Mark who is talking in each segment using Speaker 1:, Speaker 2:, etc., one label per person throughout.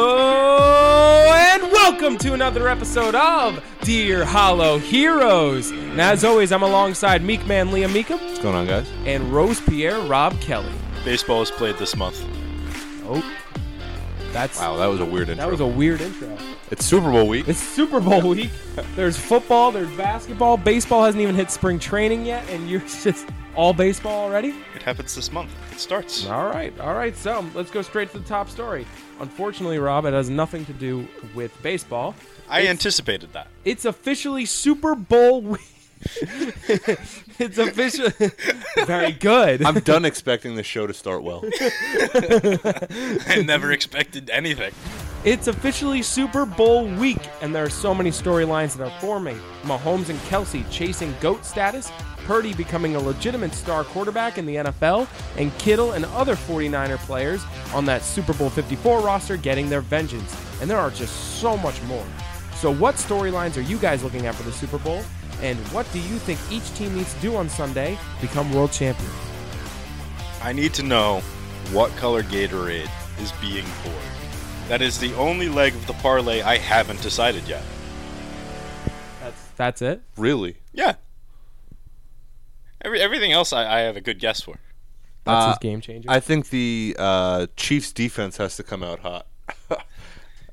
Speaker 1: Hello and welcome to another episode of Dear Hollow Heroes. And as always, I'm alongside Meek Man Liam Meekum
Speaker 2: What's going on, guys?
Speaker 1: and Rose Pierre Rob Kelly.
Speaker 3: Baseball is played this month.
Speaker 1: Oh, that's
Speaker 2: Wow, that was a weird intro.
Speaker 1: that was a weird intro.
Speaker 2: it's Super Bowl week.
Speaker 1: It's Super Bowl week. There's football. There's basketball. Baseball hasn't even hit spring training yet, and you're just all baseball already.
Speaker 3: It happens this month. It starts.
Speaker 1: All right, all right. So let's go straight to the top story. Unfortunately, Rob, it has nothing to do with baseball.
Speaker 3: I anticipated that.
Speaker 1: It's officially Super Bowl week. it's official. Very good.
Speaker 2: I'm done expecting the show to start well.
Speaker 3: I never expected anything.
Speaker 1: It's officially Super Bowl week, and there are so many storylines that are forming. Mahomes and Kelsey chasing GOAT status, Purdy becoming a legitimate star quarterback in the NFL, and Kittle and other 49er players on that Super Bowl 54 roster getting their vengeance. And there are just so much more. So, what storylines are you guys looking at for the Super Bowl? And what do you think each team needs to do on Sunday to become world champion?
Speaker 3: I need to know what color Gatorade is being poured. That is the only leg of the parlay I haven't decided yet.
Speaker 1: That's that's it.
Speaker 2: Really?
Speaker 3: Yeah. Every, everything else I, I have a good guess for.
Speaker 1: That's
Speaker 2: Uh,
Speaker 1: his game changer.
Speaker 2: I think the uh, Chiefs defense has to come out hot.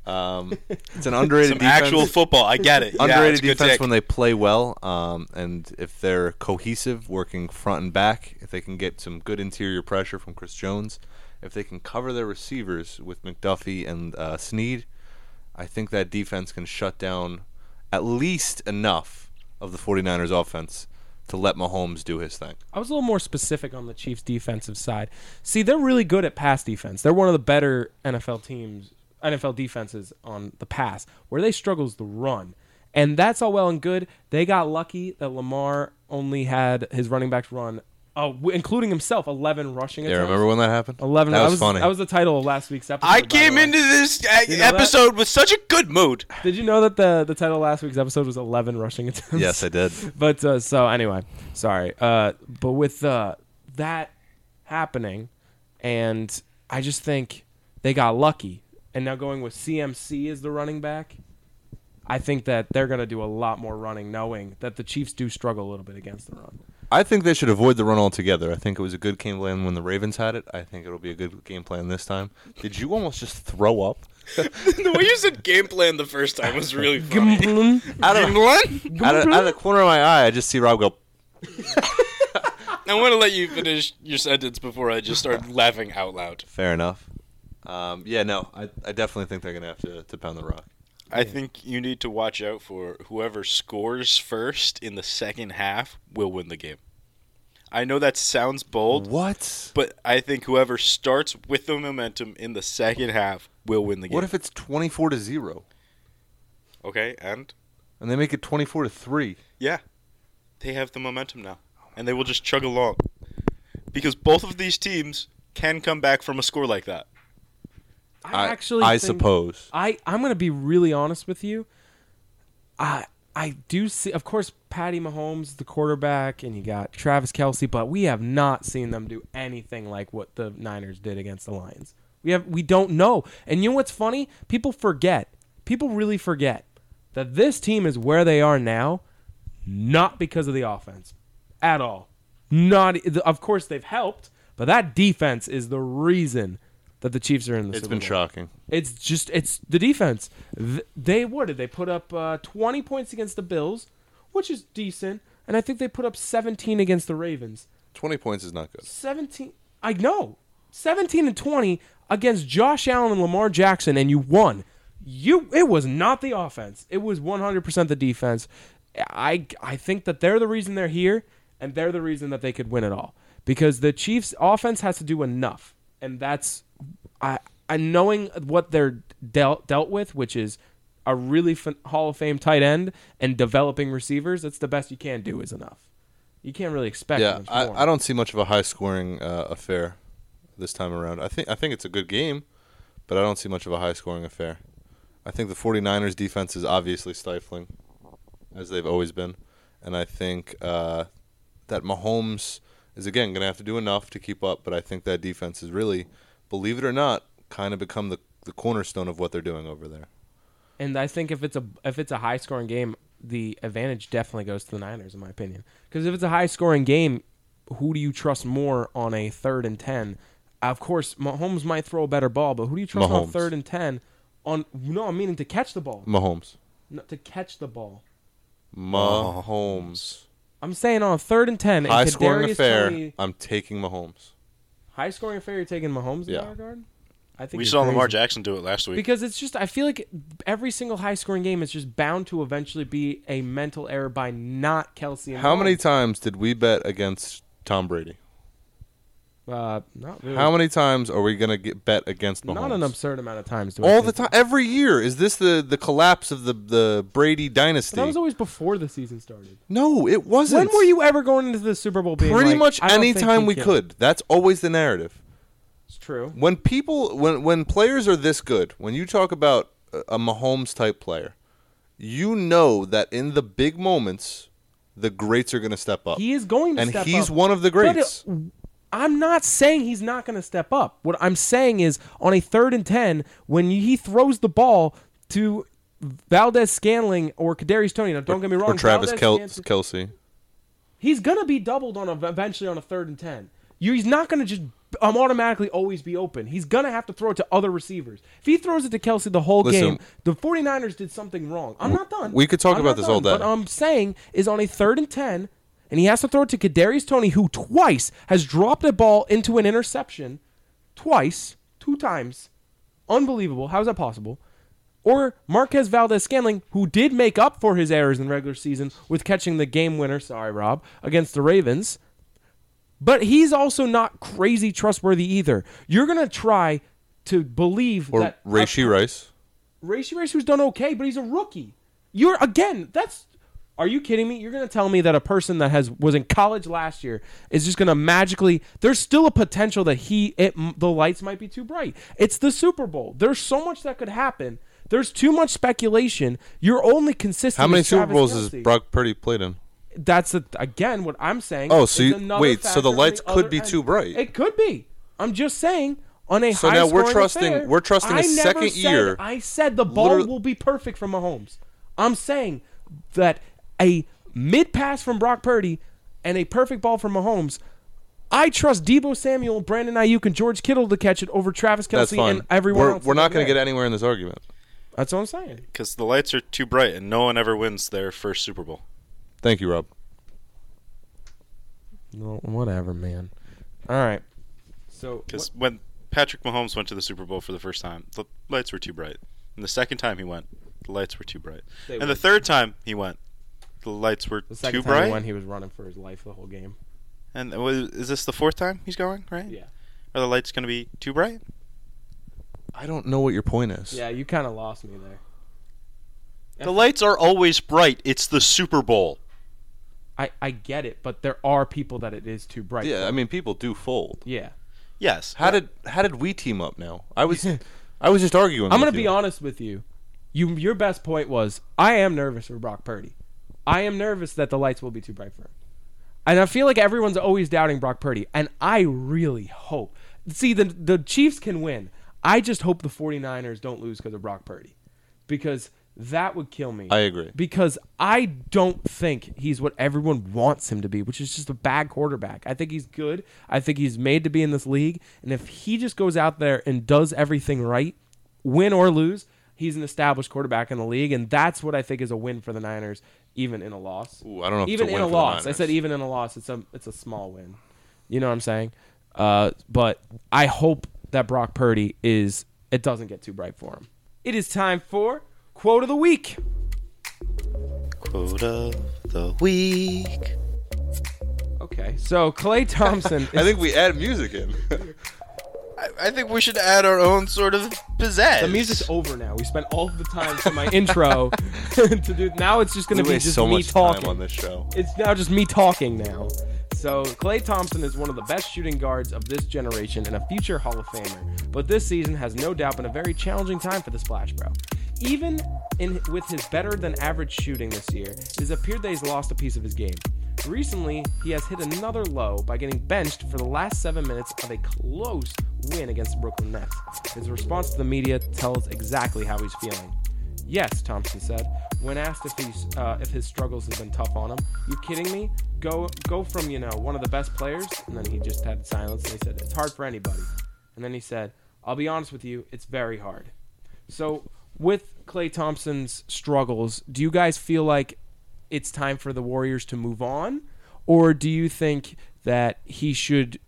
Speaker 2: um, it's an underrated
Speaker 3: Some
Speaker 2: defense.
Speaker 3: actual football. I get it. yeah,
Speaker 2: underrated
Speaker 3: it's a good
Speaker 2: defense
Speaker 3: take.
Speaker 2: when they play well, um, and if they're cohesive, working front and back, if they can get some good interior pressure from Chris Jones, if they can cover their receivers with McDuffie and uh, Snead, I think that defense can shut down at least enough of the 49ers offense to let Mahomes do his thing.
Speaker 1: I was a little more specific on the Chiefs' defensive side. See, they're really good at pass defense. They're one of the better NFL teams, NFL defenses on the pass. Where they struggle is the run. And that's all well and good. They got lucky that Lamar only had his running backs run, uh, w- including himself, 11 rushing
Speaker 2: Yeah,
Speaker 1: attempts.
Speaker 2: remember when that happened?
Speaker 1: 11.
Speaker 2: That
Speaker 1: I
Speaker 2: was, funny.
Speaker 1: That was the title of last week's episode.
Speaker 3: I
Speaker 1: by the
Speaker 3: came
Speaker 1: way.
Speaker 3: into this uh,
Speaker 1: You know that?
Speaker 3: episode with such a good mood.
Speaker 1: Did you know that the, the title of last week's episode was 11 rushing attempts?
Speaker 2: yes, I did.
Speaker 1: but uh, so anyway, sorry. Uh, but with uh, that happening, and I just think they got lucky, and now going with CMC as the running back, I think that they're going to do a lot more running, knowing that the Chiefs do struggle a little bit against the run.
Speaker 2: I think they should avoid the run altogether. I think it was a good game plan when the Ravens had it. I think it'll be a good game plan this time. Did you almost just throw up?
Speaker 3: the way you said game plan the first time was really funny.
Speaker 1: Gimblin.
Speaker 2: I don't
Speaker 3: Game plan?
Speaker 2: out of, out of the corner of my eye, I just see Rob go.
Speaker 3: I want to let you finish your sentence before I just start laughing out loud.
Speaker 2: Fair enough. Um, yeah, no, I, I definitely think they're gonna have to, to pound the rock.
Speaker 3: I think you need to watch out for whoever scores first in the second half will win the game. I know that sounds bold,
Speaker 2: What?
Speaker 3: but I think whoever starts with the momentum in the second half will win the game.
Speaker 2: What if it's twenty four to zero
Speaker 3: okay, and
Speaker 2: and they make it twenty four to three?
Speaker 3: yeah, they have the momentum now, and they will just chug along because both of these teams can come back from a score like that.
Speaker 1: I actually,
Speaker 2: I
Speaker 1: think-
Speaker 2: suppose.
Speaker 1: I I'm gonna be really honest with you. I I do see, of course, Patty Mahomes, the quarterback, and you got Travis Kelsey, but we have not seen them do anything like what the Niners did against the Lions. We have we don't know, and you know what's funny? People forget. People really forget that this team is where they are now, not because of the offense at all. Not e, of course they've helped, but that defense is the reason that the Chiefs are in the
Speaker 2: It's
Speaker 1: Super
Speaker 2: been
Speaker 1: Bowl.
Speaker 2: shocking.
Speaker 1: It's just it's the defense. Th- They what did they put up uh, 20 points against the Bills, which is decent, and I think they put up 17 against the Ravens.
Speaker 2: Twenty points is not good.
Speaker 1: 17 I know. 17 and 20 against Josh Allen and Lamar Jackson and you won. You it was not the offense. It was 100% the defense. I I think that they're the reason they're here and they're the reason that they could win it all because the Chiefs offense has to do enough and that's I I knowing what they're dealt dealt with which is a really fin- Hall of Fame tight end and developing receivers, that's the best you can do is enough. You can't really expect
Speaker 2: Yeah,
Speaker 1: much more.
Speaker 2: I, I don't see much of a high scoring uh, affair this time around. I think I think it's a good game, but I don't see much of a high scoring affair. I think the 49ers defense is obviously stifling, as they've always been, and I think uh, that Mahomes is again going to have to do enough to keep up. But I think that defense is really, believe it or not, kind of become the the cornerstone of what they're doing over there.
Speaker 1: And I think if it's a if it's a high scoring game, the advantage definitely goes to the Niners, in my opinion. Because if it's a high scoring game, who do you trust more on a third and ten? Of course, Mahomes might throw a better ball, but who do you trust on
Speaker 2: Mahomes.
Speaker 1: third and ten? On no, I'm meaning to catch the ball,
Speaker 2: Mahomes.
Speaker 1: no, to catch the ball.
Speaker 2: Mahomes.
Speaker 1: I'm saying on third and ten,
Speaker 2: High
Speaker 1: and
Speaker 2: scoring
Speaker 1: Kadarius
Speaker 2: affair.
Speaker 1: Toney-
Speaker 2: I'm taking Mahomes.
Speaker 1: high scoring affair. You're taking Mahomes in
Speaker 2: Yeah.
Speaker 1: that regard. I think
Speaker 3: We
Speaker 1: you're
Speaker 3: saw Lamar
Speaker 1: crazy.
Speaker 3: Jackson do it last week.
Speaker 1: because it's just I feel like every single high scoring game is just bound to eventually be a mental error by not Kelsey. And
Speaker 2: How
Speaker 1: Mahomes.
Speaker 2: many times did we bet against Tom Brady?
Speaker 1: Uh, not really.
Speaker 2: How many times are we gonna get bet against Mahomes?
Speaker 1: Not an absurd amount of times. do I
Speaker 2: All
Speaker 1: think.
Speaker 2: the time, every year. Is this the the collapse of the the Brady
Speaker 1: But
Speaker 2: dynasty?
Speaker 1: That was always before the season started.
Speaker 2: no, it wasn't.
Speaker 1: When were you ever going into the Super Bowl? Being
Speaker 2: Pretty
Speaker 1: like,
Speaker 2: much
Speaker 1: I don't
Speaker 2: any
Speaker 1: think
Speaker 2: time
Speaker 1: he
Speaker 2: we
Speaker 1: can?
Speaker 2: could. That's always the narrative.
Speaker 1: It's true.
Speaker 2: When people, when when players are this good, when you talk about a a Mahomes type player, you know that in the big moments, the greats are going to step up.
Speaker 1: He is going to
Speaker 2: and
Speaker 1: step
Speaker 2: he's
Speaker 1: up.
Speaker 2: one of the
Speaker 1: But
Speaker 2: greats.
Speaker 1: it- I'm not saying he's not going to step up. What I'm saying is on a third and 10, when he throws the ball to Valdez Scanling or Kadarius Tony, now don't get me wrong,
Speaker 2: or Travis Kel-
Speaker 1: Kelce.
Speaker 2: Kelsey.
Speaker 1: he's going to be doubled on a, eventually on a third and 10. You, he's not going to just um, automatically always be open. He's going to have to throw it to other receivers. If he throws it to Kelsey the whole
Speaker 2: Listen.
Speaker 1: game, the 49ers did something wrong. I'm not done.
Speaker 2: we could talk
Speaker 1: I'm
Speaker 2: about
Speaker 1: not
Speaker 2: this all
Speaker 1: done.
Speaker 2: day.
Speaker 1: But I'm saying is on a third and 10, and he has to throw it to Kadarius Tony, who twice has dropped a ball into an interception. Twice. Two times. Unbelievable. How is that possible? Or Marquez Valdez Scanling, who did make up for his errors in regular season with catching the game winner, sorry, Rob, against the Ravens. But he's also not crazy trustworthy either. You're going to try to believe
Speaker 2: Or
Speaker 1: that.
Speaker 2: Rashi Rice.
Speaker 1: Racy Race, who's done okay, but he's a rookie. You're again. That's. Are you kidding me? You're gonna tell me that a person that has was in college last year is just gonna magically? There's still a potential that he it the lights might be too bright. It's the Super Bowl. There's so much that could happen. There's too much speculation. You're only consistent.
Speaker 2: How many
Speaker 1: is
Speaker 2: Super
Speaker 1: Travis
Speaker 2: Bowls
Speaker 1: Kelce.
Speaker 2: has Brock Purdy played in?
Speaker 1: That's a, again what I'm saying.
Speaker 2: Oh, so
Speaker 1: is
Speaker 2: you-
Speaker 1: another
Speaker 2: wait, so
Speaker 1: factor
Speaker 2: the
Speaker 1: on
Speaker 2: lights could
Speaker 1: other
Speaker 2: be
Speaker 1: end.
Speaker 2: too bright.
Speaker 1: It could be. I'm just saying on a
Speaker 2: So
Speaker 1: high
Speaker 2: now we're
Speaker 1: scoring
Speaker 2: trusting-
Speaker 1: affair,
Speaker 2: we're trusting a
Speaker 1: I never
Speaker 2: second
Speaker 1: said-
Speaker 2: year.
Speaker 1: I said the ball
Speaker 2: Literally-
Speaker 1: will be perfect from Mahomes. I'm saying that a mid pass from Brock Purdy and a perfect ball from Mahomes. I trust Debo Samuel, Brandon Ayuk, and George Kittle to catch it over Travis
Speaker 2: That's
Speaker 1: Kelsey
Speaker 2: fine.
Speaker 1: and everyone
Speaker 2: we're
Speaker 1: else.
Speaker 2: we're
Speaker 1: in the
Speaker 2: not going to
Speaker 1: game.
Speaker 2: get anywhere in this argument.
Speaker 1: That's what I'm saying.
Speaker 3: Because the lights are too bright and no one ever wins their first Super Bowl.
Speaker 2: Thank you, Rob.
Speaker 1: No, whatever, man. All right. So
Speaker 3: Because when Patrick Mahomes went to the Super Bowl for the first time, the lights were too bright. And the second time he went, the lights were too bright.
Speaker 1: They
Speaker 3: and
Speaker 1: were.
Speaker 3: the third time he went, the lights were
Speaker 1: The
Speaker 3: too
Speaker 1: second time
Speaker 3: bright.
Speaker 1: he won, he was running for his life the whole game.
Speaker 3: And wa- is this the fourth time he's going? Right?
Speaker 1: Yeah.
Speaker 3: Are the lights going to be too bright?
Speaker 2: I don't know what your point is.
Speaker 1: Yeah, you kind of lost me there.
Speaker 3: The lights are always bright. It's the Super Bowl.
Speaker 1: I, I get it, but there are people that it is too bright.
Speaker 2: Yeah,
Speaker 1: for.
Speaker 2: I mean, people do fold.
Speaker 1: yeah.
Speaker 3: Yes.
Speaker 2: How did how did we team up now? I was I was just arguing.
Speaker 1: I'm
Speaker 2: going
Speaker 1: gonna
Speaker 2: to
Speaker 1: be honest with you. You your best point was I am nervous for Brock Purdy. I am nervous that the lights will be too bright for him. And I feel like everyone's always doubting Brock Purdy, and I really hope. See, the the Chiefs can win. I just hope the 49ers don't lose because of Brock Purdy. Because that would kill me.
Speaker 2: I agree.
Speaker 1: Because I don't think he's what everyone wants him to be, which is just a bad quarterback. I think he's good. I think he's made to be in this league. And if he just goes out there and does everything right, win or lose, he's an established quarterback in the league. And that's what I think is a win for the Niners, even in a loss.
Speaker 2: Ooh, I don't know if it's
Speaker 1: even
Speaker 2: a
Speaker 1: in
Speaker 2: win
Speaker 1: a
Speaker 2: for the
Speaker 1: loss. I
Speaker 2: Niners.
Speaker 1: said even in a loss, it's a it's a small win. You know what I'm saying? Uh, but I hope that Brock Purdy is it doesn't get too bright for him. It is time for quote of the week.
Speaker 3: Quote of the week.
Speaker 1: Okay, so Clay Thompson.
Speaker 2: I think we add music in.
Speaker 3: I, I think we should add our own sort of pizzazz.
Speaker 1: the music's over now. We spent all of the time for my intro to do. Now it's just going to be just
Speaker 2: so
Speaker 1: me
Speaker 2: much
Speaker 1: talking.
Speaker 2: time on this show.
Speaker 1: It's now just me talking now. So Clay Thompson is one of the best shooting guards of this generation and a future Hall of Famer. But this season has no doubt been a very challenging time for the Splash Bro. Even in with his better than average shooting this year, it has appeared that he's lost a piece of his game. Recently, he has hit another low by getting benched for the last seven minutes of a close win against the Brooklyn Nets. His response to the media tells exactly how he's feeling. Yes, Thompson said. When asked if he's uh, if his struggles have been tough on him, you kidding me? Go go from you know one of the best players, and then he just had silence. And he said it's hard for anybody. And then he said, I'll be honest with you, it's very hard. So with Clay Thompson's struggles, do you guys feel like it's time for the Warriors to move on, or do you think that he should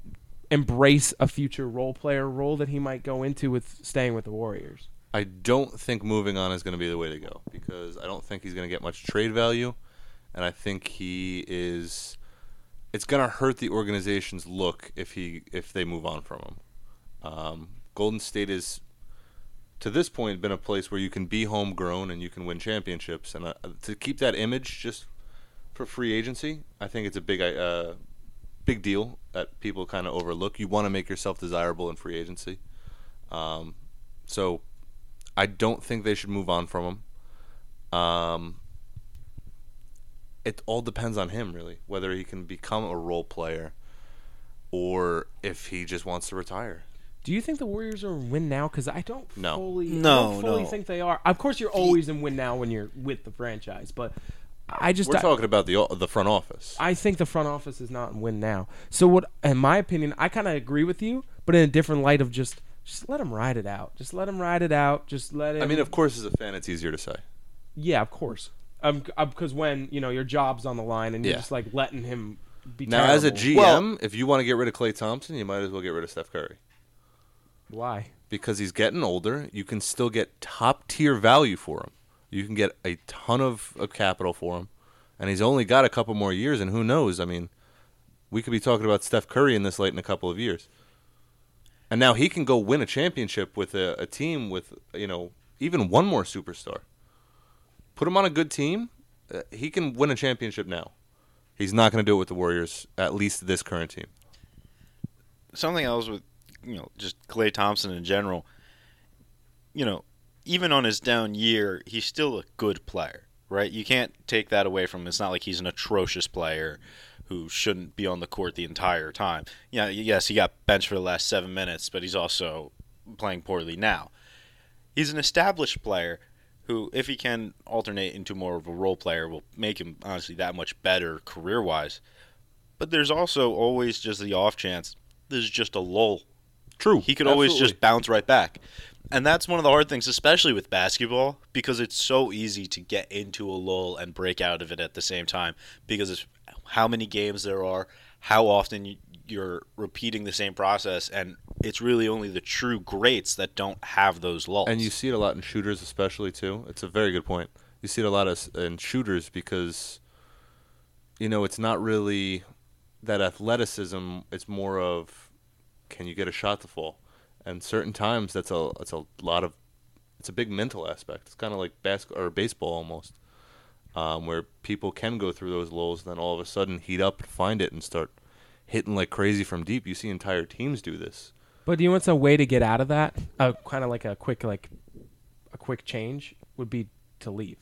Speaker 1: embrace a future role player role that he might go into with staying with the Warriors?
Speaker 2: I don't think moving on is going to be the way to go because I don't think he's going to get much trade value, and I think he is. It's going to hurt the organization's look if he if they move on from him. Um, Golden State is to this point been a place where you can be homegrown and you can win championships, and uh, to keep that image just for free agency, I think it's a big uh, big deal that people kind of overlook. You want to make yourself desirable in free agency, um, so I don't think they should move on from him. Um, it all depends on him, really, whether he can become a role player or if he just wants to retire.
Speaker 1: Do you think the Warriors are in win now? Because I don't
Speaker 2: No.
Speaker 1: fully, I
Speaker 3: No,
Speaker 1: don't fully
Speaker 3: no.
Speaker 1: think they are. Of course, you're always in win now when you're with the franchise, but I just
Speaker 2: We're talking about the o- the front office.
Speaker 1: I think the front office is not in win now. So what, in my opinion, I kind of agree with you, but in a different light of just just let him ride it out. Just let him ride it out. Just let him.
Speaker 2: I mean, of course, as a fan, it's easier to say.
Speaker 1: yeah, of course. Um, because when you know your job's on the line and you're
Speaker 2: Yeah.
Speaker 1: just like letting him be.
Speaker 2: Now, as a GM,
Speaker 1: terrible.
Speaker 2: if you want to get rid of Clay Thompson, you might as well get rid of Steph Curry
Speaker 1: why?
Speaker 2: because he's getting older. You can still get top tier value for him. You can get a ton of, of capital for him, and he's only got a couple more years. And who knows? I mean, we could be talking about Steph Curry in this late in a couple of years, and now he can go win a championship with a, a team with you know even one more superstar. Put him on a good team, uh, he can win a championship now. He's not going to do it with the Warriors, at least this current team.
Speaker 3: something else with you know just Clay Thompson in general. You know, even on his down year, he's still a good player, right? You can't take that away from him. It's not like he's an atrocious player who shouldn't be on the court the entire time. Yeah, yes, he got benched for the last 7 minutes, but he's also playing poorly now. He's an established player who if he can alternate into more of a role player will make him honestly that much better career-wise. But there's also always just the off chance there's just a lull.
Speaker 2: True.
Speaker 3: He could always just bounce right back. And that's one of the hard things, especially with basketball, because it's so easy to get into a lull and break out of it at the same time because it's how many games there are, how often you- you're repeating the same process, and it's really only the true greats that don't have those lulls.
Speaker 2: And you see it a lot in shooters, especially too. It's a very good point. You see it a lot of, in shooters because, you know, it's not really that athleticism. It's more of, can you get a shot to fall? And certain times, that's a it's a lot of, it's a big mental aspect. It's kind of like basketball or baseball almost, um, where people can go through those lulls, and then all of a sudden heat up and find it and start hitting like crazy from deep. You see entire teams do this.
Speaker 1: But do you know what's a way to get out of that? Uh, kind of like a quick like a quick change would be to leave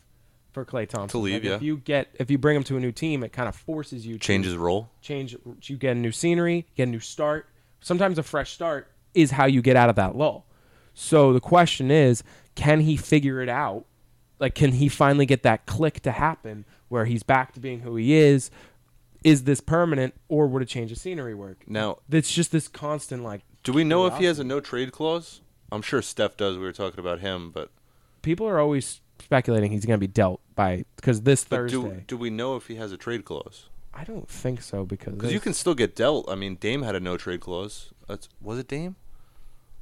Speaker 1: for Clay Thompson.
Speaker 2: To leave,
Speaker 1: Like, If
Speaker 2: yeah.
Speaker 1: you get if you bring him to a new team, it kind of forces you to
Speaker 2: Change his role.
Speaker 1: change. You get a new scenery, get a new start. Sometimes a fresh start is how you get out of that lull. So the question is, can he figure it out? Like, can he finally get that click to happen where he's back to being who he is? Is this permanent, or would a change of scenery work?
Speaker 2: Now,
Speaker 1: It's just this constant like
Speaker 2: Do we know if he has a no trade clause? I'm sure Steph does. We were talking about him, but,
Speaker 1: people are always speculating he's going to be dealt by because this
Speaker 2: but
Speaker 1: Thursday.
Speaker 2: do do we know if he has a trade clause?
Speaker 1: I don't think so because
Speaker 2: Because you can still get dealt. I mean, Dame had a no trade clause. That's, was it Dame?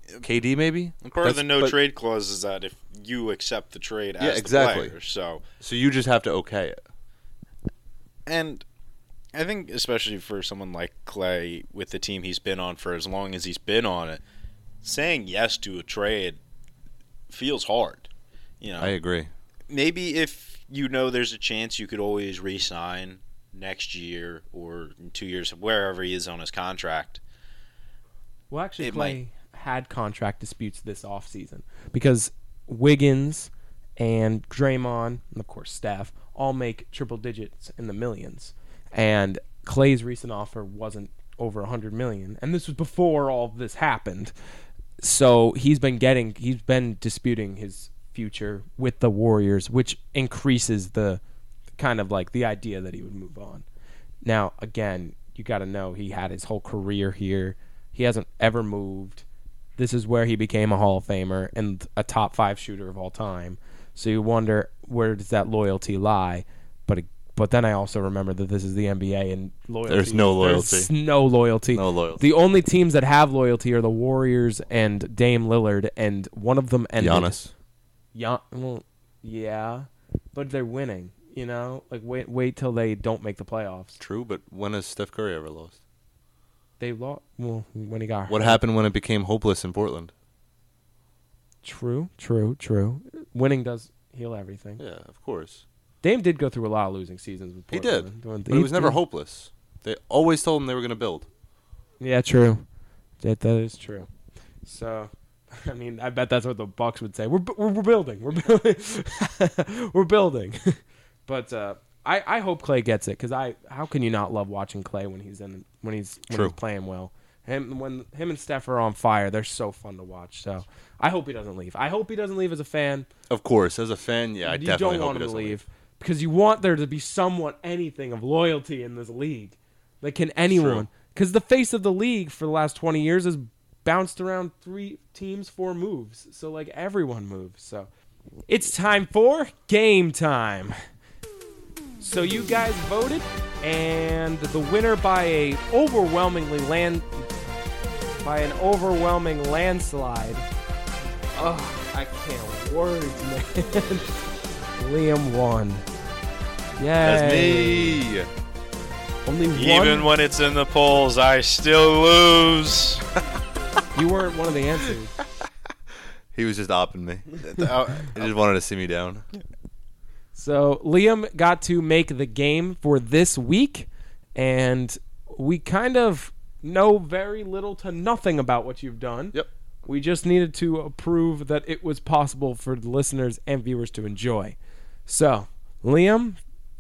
Speaker 2: KD maybe.
Speaker 3: and part of the
Speaker 2: That's-
Speaker 3: no
Speaker 2: but-
Speaker 3: trade clause is that if you accept the trade as
Speaker 2: Yeah, exactly.
Speaker 3: the player, so
Speaker 2: So you just have to okay it.
Speaker 3: And I think, especially for someone like Clay, with the team he's been on for as long as he's been on it, saying yes to a trade feels hard. You know,
Speaker 2: I agree.
Speaker 3: maybe if you know there's a chance you could always re-sign next year or in two years, wherever he is on his contract.
Speaker 1: well actually
Speaker 3: it
Speaker 1: Clay had contract disputes this offseason because Wiggins and Draymond and of course Steph all make triple digits in the millions and Clay's recent offer wasn't over 100 million and this was before all this happened so he's been getting he's been disputing his future with the warriors which increases the kind of like the idea that he would move on now again you got to know he had his whole career here he hasn't ever moved this is where he became a hall of famer and a top 5 shooter of all time so you wonder where does that loyalty lie but it, but then I also remember that this is the NBA and loyalty.
Speaker 2: There's no
Speaker 1: there's
Speaker 2: loyalty.
Speaker 1: no loyalty.
Speaker 2: No loyalty.
Speaker 1: The only teams that have loyalty are the Warriors and Dame Lillard, and one of them ended.
Speaker 2: Giannis.
Speaker 1: Gian- well, yeah, but they're winning. You know, like wait, wait till they don't make the playoffs.
Speaker 2: True, but when has Steph Curry ever lost?
Speaker 1: They lost. Well, when he got hurt.
Speaker 2: What happened when it became hopeless in Portland?
Speaker 1: True, true, true. Winning does heal everything.
Speaker 2: Yeah, of course.
Speaker 1: Dame did go through a lot of losing seasons with
Speaker 2: He
Speaker 1: Portland. E
Speaker 2: did.
Speaker 1: When-
Speaker 2: But it was never
Speaker 1: did-
Speaker 2: hopeless. They always told him they were going to build.
Speaker 1: Yeah, true. That that is true. So, I mean, I bet that's what the Bucks would say. We're bu- we're, we're building. We're building. we're building. but uh, I I hope Clay gets it because I how can you not love watching Clay when he's in when he's when
Speaker 2: True.
Speaker 1: he's playing well. Him when him and Steph are on fire, they're so fun to watch. So I hope he doesn't leave. I hope he doesn't leave as a fan.
Speaker 2: Of course, as a fan, yeah, I
Speaker 1: you
Speaker 2: definitely
Speaker 1: don't want
Speaker 2: hope he
Speaker 1: him to
Speaker 2: doesn't
Speaker 1: leave,
Speaker 2: leave.
Speaker 1: because you want there to be somewhat anything of loyalty in this league. Like, can anyone? Because the face of the league for the last twenty years has bounced around three teams, four moves. So like everyone moves. So it's time for game time. So you guys voted, and the winner by a overwhelmingly land by an overwhelming landslide. Oh, I can't words, man. Liam won. Yay.
Speaker 2: That's me.
Speaker 1: Only one.
Speaker 3: Even when it's in the polls, I still lose.
Speaker 1: you weren't one of the answers.
Speaker 2: He was just opping me.
Speaker 3: Uh,
Speaker 2: He just wanted to see me down.
Speaker 1: So Liam got to make the game for this week, and we kind of know very little to nothing about what you've done.
Speaker 2: Yep.
Speaker 1: We just needed to approve that it was possible for the listeners and viewers to enjoy. So, Liam,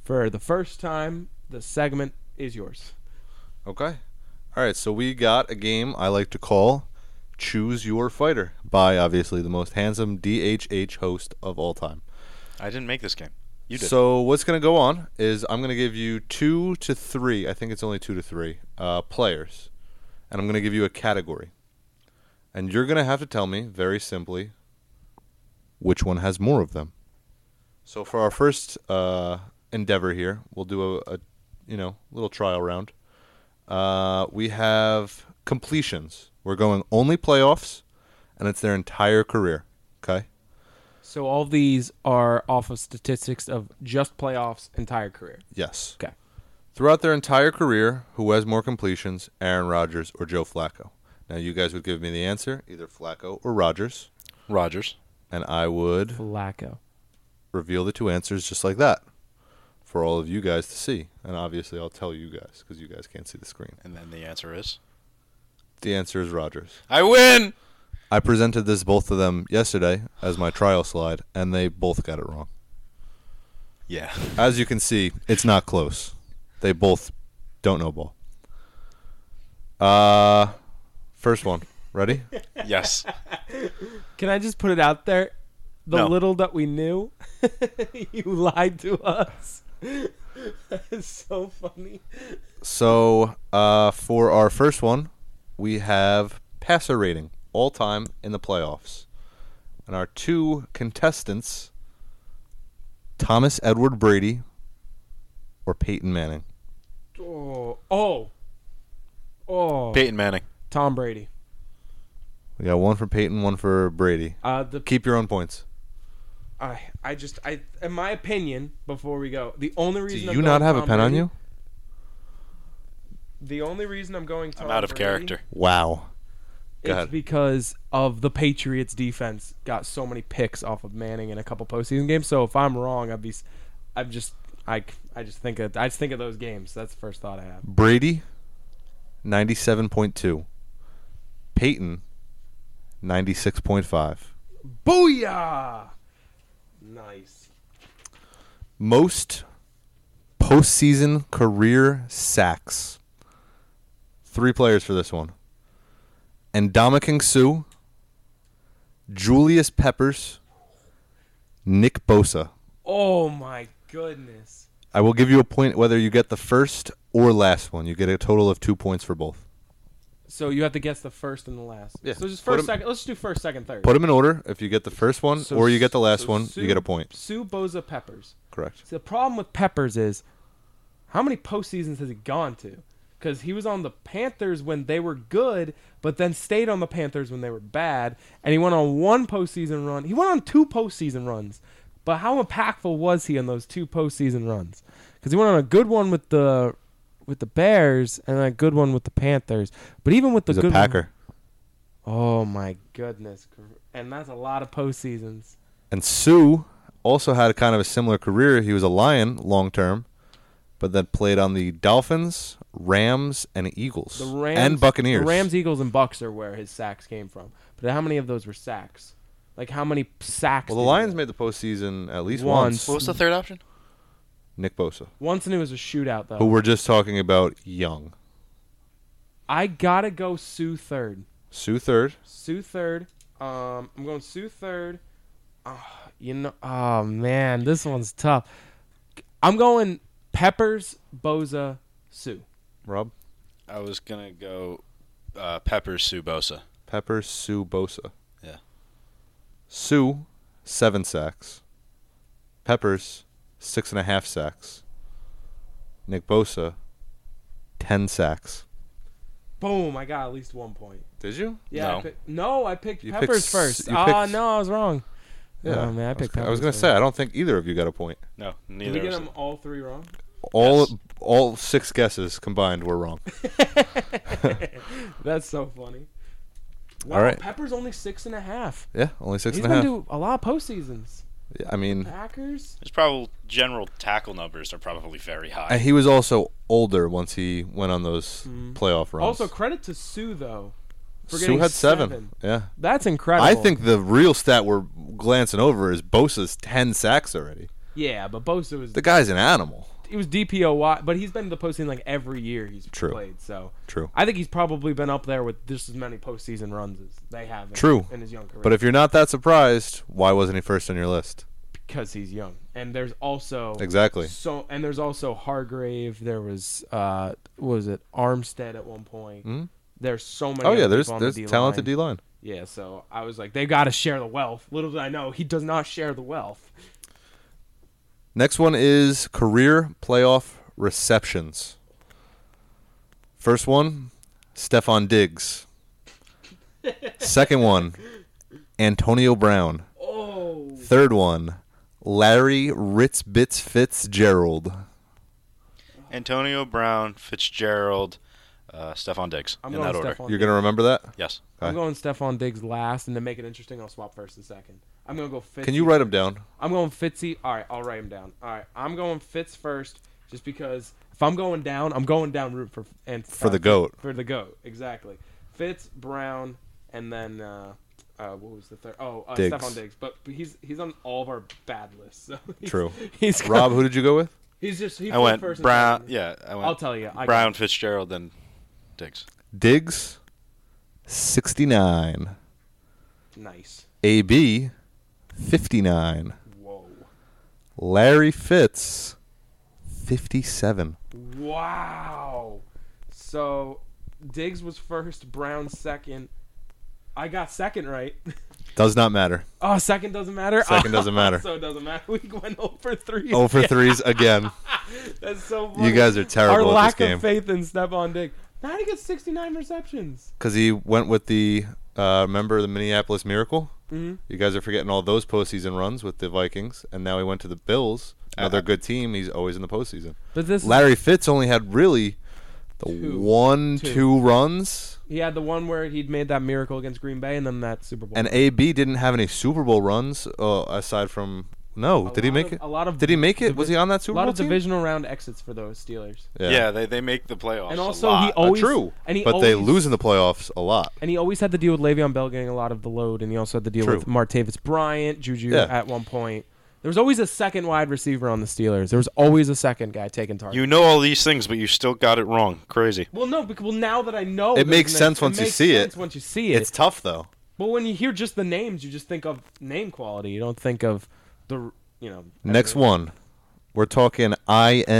Speaker 1: for the first time, the segment is yours.
Speaker 2: Okay. All right, so we got a game I like to call Choose Your Fighter by obviously the most handsome DHH host of all time.
Speaker 3: I didn't make this game. You did.
Speaker 2: So what's going to go on is I'm going to give you two to three. I think it's only two to three uh, players, and I'm going to give you a category, and you're going to have to tell me very simply which one has more of them. So for our first uh, endeavor here, we'll do a, a you know little trial round. Uh, we have completions. We're going only playoffs, and it's their entire career. Okay.
Speaker 1: So all these are off of statistics of just playoffs, entire career.
Speaker 2: Yes.
Speaker 1: Okay.
Speaker 2: Throughout their entire career, who has more completions, Aaron Rodgers or Joe Flacco? Now, you guys would give me the answer, either Flacco or Rodgers,
Speaker 3: Rogers.
Speaker 2: and I would
Speaker 1: Flacco.
Speaker 2: reveal the two answers just like that for all of you guys to see. And obviously, I'll tell you guys because you guys can't see the screen.
Speaker 3: And then the answer is
Speaker 2: The answer is Rodgers.
Speaker 3: I win.
Speaker 2: I presented this both of them yesterday as my trial slide, and they both got it wrong.
Speaker 3: Yeah.
Speaker 2: As you can see, it's not close. They both don't know ball. Uh, first one. Ready?
Speaker 3: Yes.
Speaker 1: Can I just put it out there? The
Speaker 3: No.
Speaker 1: little that we knew, you lied to us. that is so funny.
Speaker 2: So, uh, for our first one, we have passer rating all time in the playoffs. And our two contestants, Thomas Edward Brady or Peyton Manning.
Speaker 1: Oh, oh, oh.
Speaker 3: Peyton Manning.
Speaker 1: Tom Brady.
Speaker 2: We got one for Peyton, one for Brady.
Speaker 1: Uh, the
Speaker 2: Keep your own points.
Speaker 1: I, I just, I, in my opinion, before we go, the only
Speaker 2: Do
Speaker 1: reason I'm
Speaker 2: you not
Speaker 1: going
Speaker 2: have a
Speaker 1: Tom
Speaker 2: pen on
Speaker 1: Brady-
Speaker 2: you?
Speaker 1: The only reason I'm going Tom
Speaker 3: I'm out of
Speaker 1: Brady
Speaker 3: character.
Speaker 2: Wow.
Speaker 1: It's
Speaker 2: Go ahead.
Speaker 1: because of the Patriots defense got so many picks off of Manning in a couple postseason games. So if I'm wrong, I'd be, s- I'm just, I, I just think of, I just think of those games. That's the first thought I have.
Speaker 2: Brady, 97.2. Peyton, 96.5.
Speaker 1: Booyah! Nice.
Speaker 2: Most postseason career sacks. three players for this one. And Dominican Sue, Julius Peppers, Nick Bosa.
Speaker 1: Oh my goodness.
Speaker 2: I will give you a point whether you get the first or last one. You get a total of two points for both.
Speaker 1: So you have to guess the first and the last.
Speaker 2: Yeah.
Speaker 1: So just
Speaker 2: Put
Speaker 1: first,
Speaker 2: 'em-
Speaker 1: second. Let's do first, second, third.
Speaker 2: Put them in order. If you get the first one
Speaker 1: So
Speaker 2: or you get the last
Speaker 1: so
Speaker 2: one,
Speaker 1: Sue-
Speaker 2: you get a point.
Speaker 1: Sue Boza Peppers.
Speaker 2: Correct.
Speaker 1: So the problem with Peppers is how many postseasons has he gone to? Because he was on the Panthers when they were good, but then stayed on the Panthers when they were bad, and he went on one postseason run. He went on two postseason runs, but how impactful was he on those two postseason runs? Because he went on a good one with the with the Bears and a good one with the Panthers. But even with the
Speaker 2: He's a
Speaker 1: good one-
Speaker 2: Packer.
Speaker 1: oh my goodness, gr- and that's a lot of postseasons.
Speaker 2: And Sue also had a kind of a similar career. He was a Lion long term, but then played on the Dolphins, Rams, and Eagles.
Speaker 1: The Rams
Speaker 2: and Buccaneers.
Speaker 1: The Rams, Eagles, and Bucks are where his sacks came from. But how many of those were sacks? Like how many sacks?
Speaker 2: Well, the
Speaker 1: did he
Speaker 2: Lions
Speaker 1: get?
Speaker 2: made the postseason at least
Speaker 1: Once.
Speaker 2: once.
Speaker 3: What was the third option?
Speaker 2: Nick Bosa,
Speaker 1: once, and it was a shootout
Speaker 2: who
Speaker 1: though.
Speaker 2: we're just talking about, young.
Speaker 1: I gotta go Sue third.
Speaker 2: Sue third.
Speaker 1: Sue third. Um, I'm going Sue third. Ah, you know, oh man, this one's tough. I'm going Peppers, Boza, Sue.
Speaker 2: Rob
Speaker 3: I was gonna go uh, Pepper Subosa.
Speaker 2: Pepper, Sue Bosa.
Speaker 3: Yeah.
Speaker 2: Sue, seven sacks. Peppers, six and a half sacks. Nick Bosa, ten sacks.
Speaker 1: Boom! I got at least one point.
Speaker 2: Did you?
Speaker 1: Yeah. I
Speaker 3: No.
Speaker 1: pick- no, I picked
Speaker 2: You picked
Speaker 1: Peppers
Speaker 2: s-
Speaker 1: first.
Speaker 2: you
Speaker 1: Ah,
Speaker 2: picked-
Speaker 1: no, I was wrong.
Speaker 2: Yeah,
Speaker 1: oh, man, I
Speaker 2: I was,
Speaker 1: picked. Peppers
Speaker 2: gonna
Speaker 1: first.
Speaker 2: say I don't think either of you got a point.
Speaker 3: No,
Speaker 1: Did
Speaker 3: neither.
Speaker 1: we get
Speaker 3: was
Speaker 1: them all three wrong?
Speaker 2: All
Speaker 3: Yes.
Speaker 2: all six guesses combined were wrong.
Speaker 1: That's so funny. Wow,
Speaker 2: All right.
Speaker 1: Pepper's only six and a half.
Speaker 2: Yeah, only six
Speaker 1: He's
Speaker 2: and a half.
Speaker 1: been to a lot of postseasons.
Speaker 2: Yeah, I mean,
Speaker 1: Packers.
Speaker 3: His probably general tackle numbers are probably very high.
Speaker 2: and he was also older once he went on those playoff runs.
Speaker 1: Mm-hmm. Also, credit to Sue though. for
Speaker 2: Sue
Speaker 1: getting
Speaker 2: had
Speaker 1: seven.
Speaker 2: Yeah,
Speaker 1: That's incredible.
Speaker 2: I think the real stat we're glancing over is Bosa's ten sacks already.
Speaker 1: Yeah, but Bosa was
Speaker 2: The guy's an animal.
Speaker 1: he was DPOY, but he's been to the postseason like every year he's
Speaker 2: True.
Speaker 1: played. So
Speaker 2: True.
Speaker 1: I think he's probably been up there with just as many postseason runs as they have. In,
Speaker 2: True.
Speaker 1: In his young career,
Speaker 2: But if you're not that surprised, why wasn't he first on your list?
Speaker 1: because he's young, and there's also
Speaker 2: Exactly.
Speaker 1: So and there's also Hargrave. There was uh, what was it Armstead at one point.
Speaker 2: Mhm.
Speaker 1: There's so many.
Speaker 2: Oh yeah,
Speaker 1: other
Speaker 2: there's
Speaker 1: people on
Speaker 2: there's
Speaker 1: the D-line.
Speaker 2: talented D line.
Speaker 1: Yeah, so I was like, they got to share the wealth. Little did I know, he does not share the wealth.
Speaker 2: Next one is career playoff receptions. First one, Stefan Diggs. Second one, Antonio Brown.
Speaker 1: Oh,
Speaker 2: Third one, Larry Ritzbitz Fitzgerald.
Speaker 3: Antonio Brown, Fitzgerald, uh, Stephon Diggs.
Speaker 1: I'm
Speaker 3: in
Speaker 1: going
Speaker 3: that order.
Speaker 1: Stephon.
Speaker 2: You're gonna remember that?
Speaker 3: Yes.
Speaker 1: I'm going Stephon Diggs last, and to make it interesting, I'll swap first and second. I'm gonna go. Fitzy.
Speaker 2: Can you write them down?
Speaker 1: I'm going Fitzy. All right, I'll write him down. All right, I'm going Fitz first, just because if I'm going down, I'm going down root for and
Speaker 2: For the goat.
Speaker 1: For the goat, exactly. Fitz Brown, and then uh, uh, what was the third? Oh, uh,
Speaker 2: Diggs.
Speaker 1: Stephon Diggs. But he's he's on all of our bad lists. So he's,
Speaker 2: True.
Speaker 1: He's
Speaker 2: Rob, who did you go with?
Speaker 1: He's just. He
Speaker 3: I went
Speaker 1: first and
Speaker 3: Brown.
Speaker 1: second.
Speaker 3: Yeah, I went
Speaker 1: I'll tell you. I
Speaker 3: Brown, Fitzgerald, then Diggs.
Speaker 2: Diggs, 69.
Speaker 1: Nice.
Speaker 2: AB, 59.
Speaker 1: Whoa.
Speaker 2: Larry Fitz, 57.
Speaker 1: Wow. So Diggs was first, Brown second. I got second right.
Speaker 2: Does not matter.
Speaker 1: Oh, second doesn't matter.
Speaker 2: Second doesn't matter.
Speaker 1: so it doesn't matter. We went over three.
Speaker 2: Oh for threes again.
Speaker 1: That's so funny.
Speaker 2: You guys are
Speaker 1: Our
Speaker 2: terrible at
Speaker 1: lack
Speaker 2: this
Speaker 1: of
Speaker 2: game
Speaker 1: faith in Stephon Diggs. Now he gets 69 receptions.
Speaker 2: because he went with the uh, remember the Minneapolis Miracle.
Speaker 1: Mhm.
Speaker 2: You guys are forgetting all those postseason runs with the Vikings, and now he went to the Bills, another
Speaker 1: Uh,
Speaker 2: good team. He's always in the postseason.
Speaker 1: But this
Speaker 2: Larry Fitz only had really the
Speaker 1: Two.
Speaker 2: one
Speaker 1: Two.
Speaker 2: two, runs,
Speaker 1: he had the one where he'd made that miracle against Green Bay and then that Super Bowl.
Speaker 2: and AB didn't have any Super Bowl runs uh, aside from no.
Speaker 1: A
Speaker 2: did he
Speaker 1: lot
Speaker 2: make
Speaker 1: of-
Speaker 2: it?
Speaker 1: A lot of
Speaker 2: Did he make it?
Speaker 1: divi-
Speaker 2: Was he on that
Speaker 1: A
Speaker 2: Super
Speaker 1: lot
Speaker 2: Bowl
Speaker 1: of
Speaker 2: team?
Speaker 1: divisional round exits for those Steelers.
Speaker 3: Yeah, they, they make the playoffs.
Speaker 1: And
Speaker 3: a
Speaker 1: also he
Speaker 3: lot.
Speaker 1: always
Speaker 2: Uh, true.
Speaker 1: and he
Speaker 2: but they
Speaker 1: always-
Speaker 2: lose in the playoffs a lot.
Speaker 1: And he always had to deal with Le'Veon Bell getting a lot of the load, and he also had to deal
Speaker 2: True.
Speaker 1: with Martavis Bryant, Juju
Speaker 2: Yeah.
Speaker 1: at one point. There was always a second wide receiver on the Steelers. There was always a second guy taking targets.
Speaker 3: You know all these things, but you still got it wrong. Crazy.
Speaker 1: well, no, because well now that I know,
Speaker 2: It
Speaker 1: there's
Speaker 2: makes
Speaker 1: an-
Speaker 2: sense once you
Speaker 1: makes
Speaker 2: see it.
Speaker 1: sense Once you see it,
Speaker 2: It's tough though.
Speaker 1: but when you hear just the names, you just think of name quality. You don't think of the you know
Speaker 2: Next one, we're talking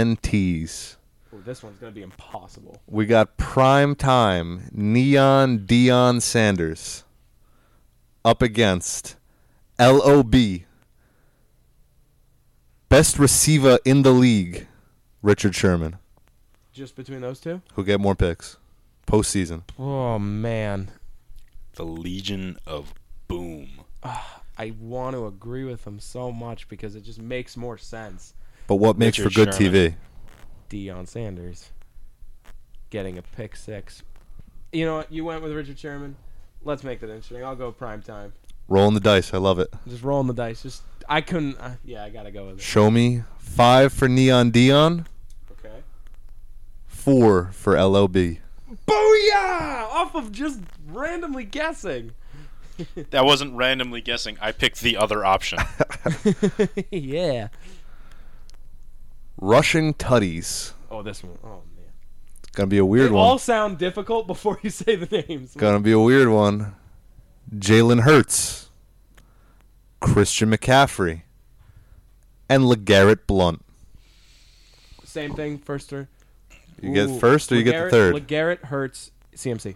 Speaker 2: ints.
Speaker 1: Oh, this one's gonna be impossible.
Speaker 2: We got prime time neon Dion Sanders up against LOB best receiver in the league Richard Sherman
Speaker 1: Just between those two.
Speaker 2: who get more picks postseason.
Speaker 1: Oh man,
Speaker 3: The Legion of Boom.
Speaker 1: I want to agree with him so much because it just makes more sense.
Speaker 2: But what makes
Speaker 3: Richard
Speaker 2: for good
Speaker 3: Sherman.
Speaker 2: TV?
Speaker 1: Deion Sanders getting a pick six. You know what? You went with Richard Sherman. Let's make that interesting. I'll go prime time.
Speaker 2: Rolling the dice, I love it.
Speaker 1: Just rolling the dice. Just I couldn't. I yeah, I gotta go with it.
Speaker 2: Show me five for Neon Dion,
Speaker 1: Okay.
Speaker 2: four for LOB.
Speaker 1: Booyah! Off of just randomly guessing.
Speaker 3: That wasn't randomly guessing. I picked the other option.
Speaker 1: yeah.
Speaker 2: Rushing tutties.
Speaker 1: Oh, this one. Oh man.
Speaker 2: Gonna be a weird
Speaker 1: they
Speaker 2: one.
Speaker 1: all sound difficult before you say the names.
Speaker 2: Gonna be a weird one. Jalen Hurts, Christian McCaffrey, and LeGarrette Blunt.
Speaker 1: Same thing. Firster.
Speaker 2: You get first or you get the third?
Speaker 1: Legarrette hurts CMC.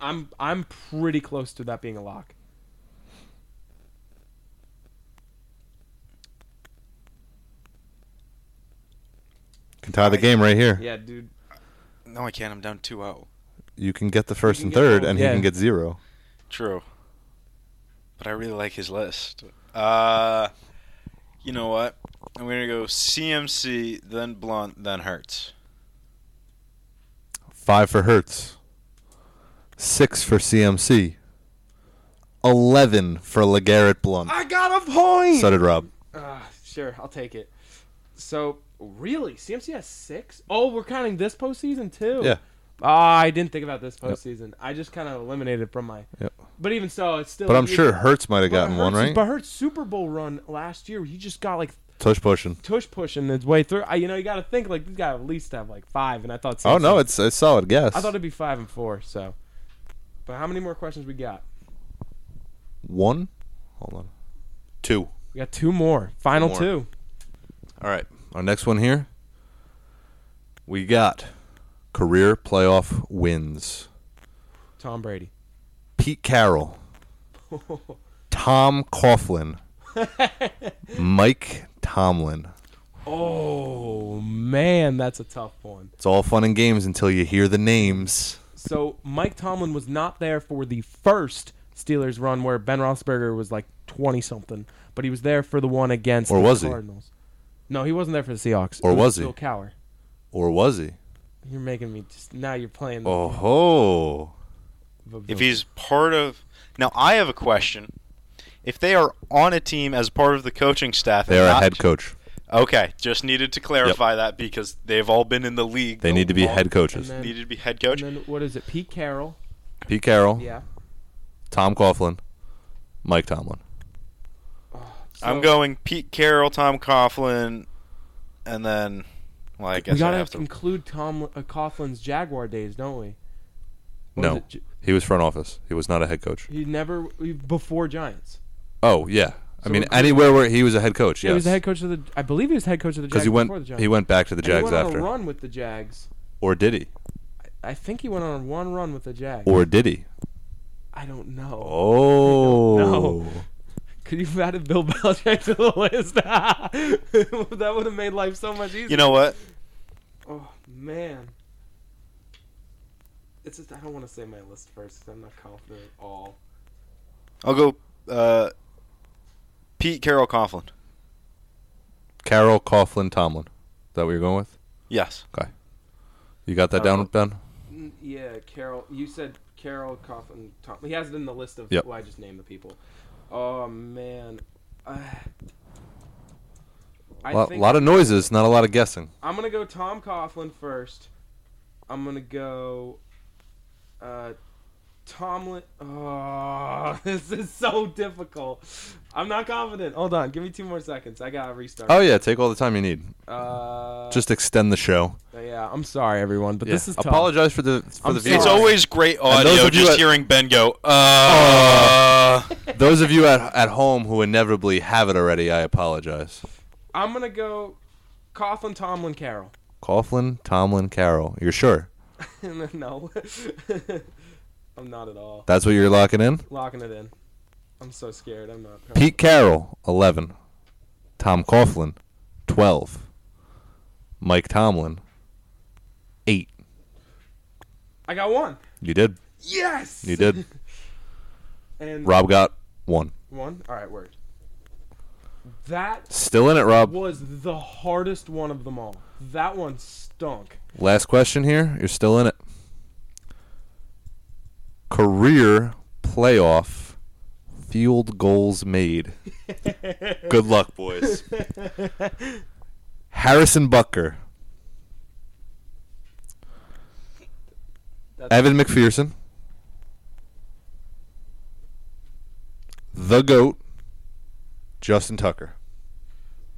Speaker 1: I'm I'm pretty close to that being a lock.
Speaker 2: can tie the game right here.
Speaker 1: Yeah, dude.
Speaker 3: no, I can't. I'm down oh. 2 0.
Speaker 2: You can get the first
Speaker 1: You
Speaker 2: and
Speaker 1: can get
Speaker 2: third,
Speaker 1: both,
Speaker 2: and
Speaker 1: yeah.
Speaker 2: he can get zero.
Speaker 3: True. But I really like his list. Uh, you know what? I'm going to go CMC, then Blunt, then Hertz.
Speaker 2: Five for Hurts, six for CMC, eleven for LeGarrette Blunt.
Speaker 1: I got a point.
Speaker 2: So did Rob.
Speaker 1: Ah, sure, I'll take it. So really, CMC has six. Oh, we're counting this postseason too.
Speaker 2: Yeah.
Speaker 1: Ah, I didn't think about this postseason. I just kind of eliminated it from my.
Speaker 2: Yep.
Speaker 1: But even so, it's still.
Speaker 2: But I'm
Speaker 1: even-
Speaker 2: sure Hertz might have
Speaker 1: But
Speaker 2: gotten one,
Speaker 1: Hurts-
Speaker 2: right?
Speaker 1: But Hurts Super Bowl run last year, he just got like
Speaker 2: Tush pushing.
Speaker 1: tush pushing his way through. I, you know, you got to think like this guy at least have like five, and I thought.
Speaker 2: Oh no,
Speaker 1: CMC
Speaker 2: it's a solid guess.
Speaker 1: I thought it'd be five and four. So, but how many more questions we got?
Speaker 2: one. Hold on. Two.
Speaker 1: We got two more. Final
Speaker 2: more.
Speaker 1: two.
Speaker 2: All right. Our next one here. We got career playoff wins.
Speaker 1: Tom Brady.
Speaker 2: Pete Carroll, Tom Coughlin, Mike Tomlin.
Speaker 1: Oh man, that's a tough one.
Speaker 2: It's all fun and games until you hear the names.
Speaker 1: So Mike Tomlin was not there for the first Steelers run where Ben Roethlisberger was like twenty something, but he was there for the one against
Speaker 2: Or
Speaker 1: the
Speaker 2: was he?
Speaker 1: Cardinals. No, he wasn't there for the Seahawks.
Speaker 2: Or
Speaker 1: It
Speaker 2: was he?
Speaker 1: Bill Cowher.
Speaker 2: Or was he?
Speaker 1: You're making me just now. You're playing.
Speaker 2: Oh ho.
Speaker 3: If he's part of. Now, I have a question. If they are on a team as part of the coaching staff, and
Speaker 2: They are a
Speaker 3: not-
Speaker 2: head coach.
Speaker 3: Okay, just needed to clarify that because they've all been in the league.
Speaker 2: They
Speaker 3: the
Speaker 2: need to be
Speaker 3: long-
Speaker 2: head coaches.
Speaker 1: And then-
Speaker 3: Needed to be
Speaker 1: and
Speaker 3: head coach.
Speaker 1: then what is it? Pete Carroll.
Speaker 2: Pete Carroll,
Speaker 1: Yeah.
Speaker 2: Tom Coughlin, Mike Tomlin.
Speaker 1: So-
Speaker 3: I'm going Pete Carroll, Tom Coughlin, and then. Well, I guess
Speaker 1: we gotta
Speaker 3: I have to.
Speaker 1: include Tom uh, Coughlin's Jaguar days, don't we? Or was
Speaker 2: No.
Speaker 1: it J-
Speaker 2: He was front office. He was not a head coach.
Speaker 1: he never he- before Giants.
Speaker 2: Oh yeah. I
Speaker 1: So
Speaker 2: mean,
Speaker 1: we're good.
Speaker 2: anywhere where he was a head coach, yes.
Speaker 1: He was the head coach of the. I believe he was head coach of the Jags
Speaker 2: because he
Speaker 1: before the
Speaker 2: went
Speaker 1: Giants.
Speaker 2: he went back to the
Speaker 1: And he
Speaker 2: Jags
Speaker 1: went on a
Speaker 2: after,
Speaker 1: run with the Jags.
Speaker 2: or did he?
Speaker 1: I think he went on one run with the Jags.
Speaker 2: Or did he?
Speaker 1: I don't know.
Speaker 2: Oh,
Speaker 1: Could you have added Bill Belichick to the list? that would have made life so much easier.
Speaker 3: You know what?
Speaker 1: oh man. It's just I don't want to say my list first. 'cause I'm not confident at all.
Speaker 3: I'll go uh, Pete Carroll Coughlin.
Speaker 2: Carol Coughlin Tomlin. Is that what you're going with?
Speaker 3: Yes.
Speaker 2: You got that down,
Speaker 1: Uh,
Speaker 2: Ben?
Speaker 1: N- Yeah, Carol. You said Carol Coughlin. Tom. He has it in the list of
Speaker 2: Yep.
Speaker 1: who I just named the people. Oh man, Ah. I
Speaker 2: A lot,
Speaker 1: think
Speaker 2: lot of noises, not a lot of guessing.
Speaker 1: I'm gonna go Tom Coughlin first. I'm gonna go uh, Tomlin. Oh, this is so difficult. I'm not confident. Hold on. Give me two more seconds. I got to restart.
Speaker 2: Oh yeah, take all the time you need.
Speaker 1: Uh,
Speaker 2: Just extend the show.
Speaker 1: yeah, I'm sorry, everyone, but
Speaker 2: Yeah.
Speaker 1: this is tough.
Speaker 2: apologize for the for
Speaker 1: I'm
Speaker 2: the
Speaker 1: sorry.
Speaker 3: It's
Speaker 2: viewers.
Speaker 3: always great
Speaker 2: those
Speaker 3: audio
Speaker 2: of you
Speaker 3: just
Speaker 2: at-
Speaker 3: hearing Ben go, uh.
Speaker 2: Those of you at, at home who inevitably have it already, I apologize.
Speaker 1: I'm going to go Coughlin, Tomlin, Carroll.
Speaker 2: Coughlin, Tomlin, Carroll. You're sure?
Speaker 1: no. I'm not at all.
Speaker 2: That's what you're locking in?
Speaker 1: Locking it in. I'm so scared. I'm not.
Speaker 2: Pete Carroll, 11. Tom Coughlin, 12. Mike Tomlin, 8.
Speaker 1: I got one.
Speaker 2: You did.
Speaker 1: Yes.
Speaker 2: You did.
Speaker 1: And
Speaker 2: Rob got 1.
Speaker 1: one. All right, word. That
Speaker 2: Still in it, Rob.
Speaker 1: was the hardest one of them all. That one stunk.
Speaker 2: Last question here. You're still in it. Career playoff field goals made. Good luck, boys. Harrison Bucker,
Speaker 1: That's
Speaker 2: Evan McPherson, the goat, Justin Tucker.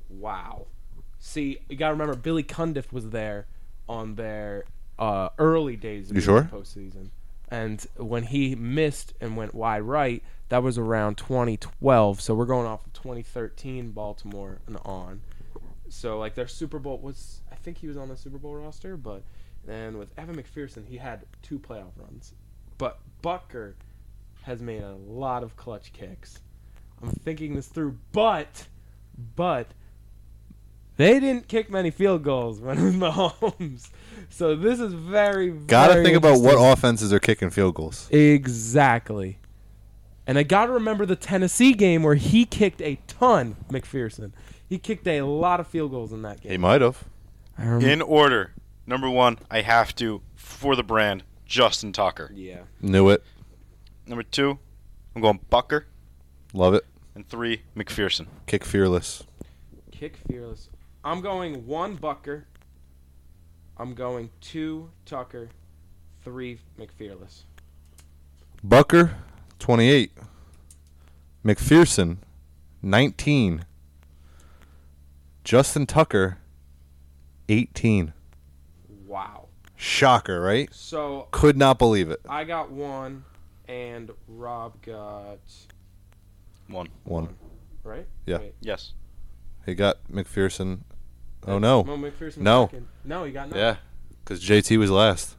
Speaker 1: Wow. See, you gotta remember Billy Cundiff was there on their uh, early days of
Speaker 2: You
Speaker 1: the
Speaker 2: sure?
Speaker 1: postseason, and when he missed and went wide right, that was around 2012. So we're going off of 2013 Baltimore and on. So like their Super Bowl was, I think he was on the Super Bowl roster, but then with Evan McPherson, he had two playoff runs, but Bucker has made a lot of clutch kicks. I'm thinking this through, but but they didn't kick many field goals when it was Mahomes. So this is very
Speaker 2: Gotta
Speaker 1: very
Speaker 2: think about what
Speaker 1: interesting.
Speaker 2: offenses are kicking field goals.
Speaker 1: exactly. And I gotta remember the Tennessee game where he kicked a ton, McPherson. He kicked a lot of field goals in that
Speaker 2: He
Speaker 1: game.
Speaker 2: might have.
Speaker 1: I remember.
Speaker 3: In order, number one, I have to, for the brand, Justin Tucker.
Speaker 1: yeah.
Speaker 2: Knew it.
Speaker 3: Number two, I'm going Bucker.
Speaker 2: Love it.
Speaker 3: And three, McPherson.
Speaker 2: Kick fearless.
Speaker 1: Kick fearless. I'm going one Bucker. I'm going two Tucker, three McFearless.
Speaker 2: Bucker, 28. McPherson, 19. Justin Tucker, 18.
Speaker 1: Wow.
Speaker 2: Shocker, right?
Speaker 1: So
Speaker 2: Could not believe it.
Speaker 1: I got one, and Rob got
Speaker 3: One.
Speaker 2: One.
Speaker 1: right.
Speaker 2: Yeah.
Speaker 1: Wait.
Speaker 3: Yes.
Speaker 2: He got McPherson. Oh, no.
Speaker 1: Mo McPherson.
Speaker 2: No.
Speaker 1: second. No, he got none.
Speaker 2: Yeah, because JT was last.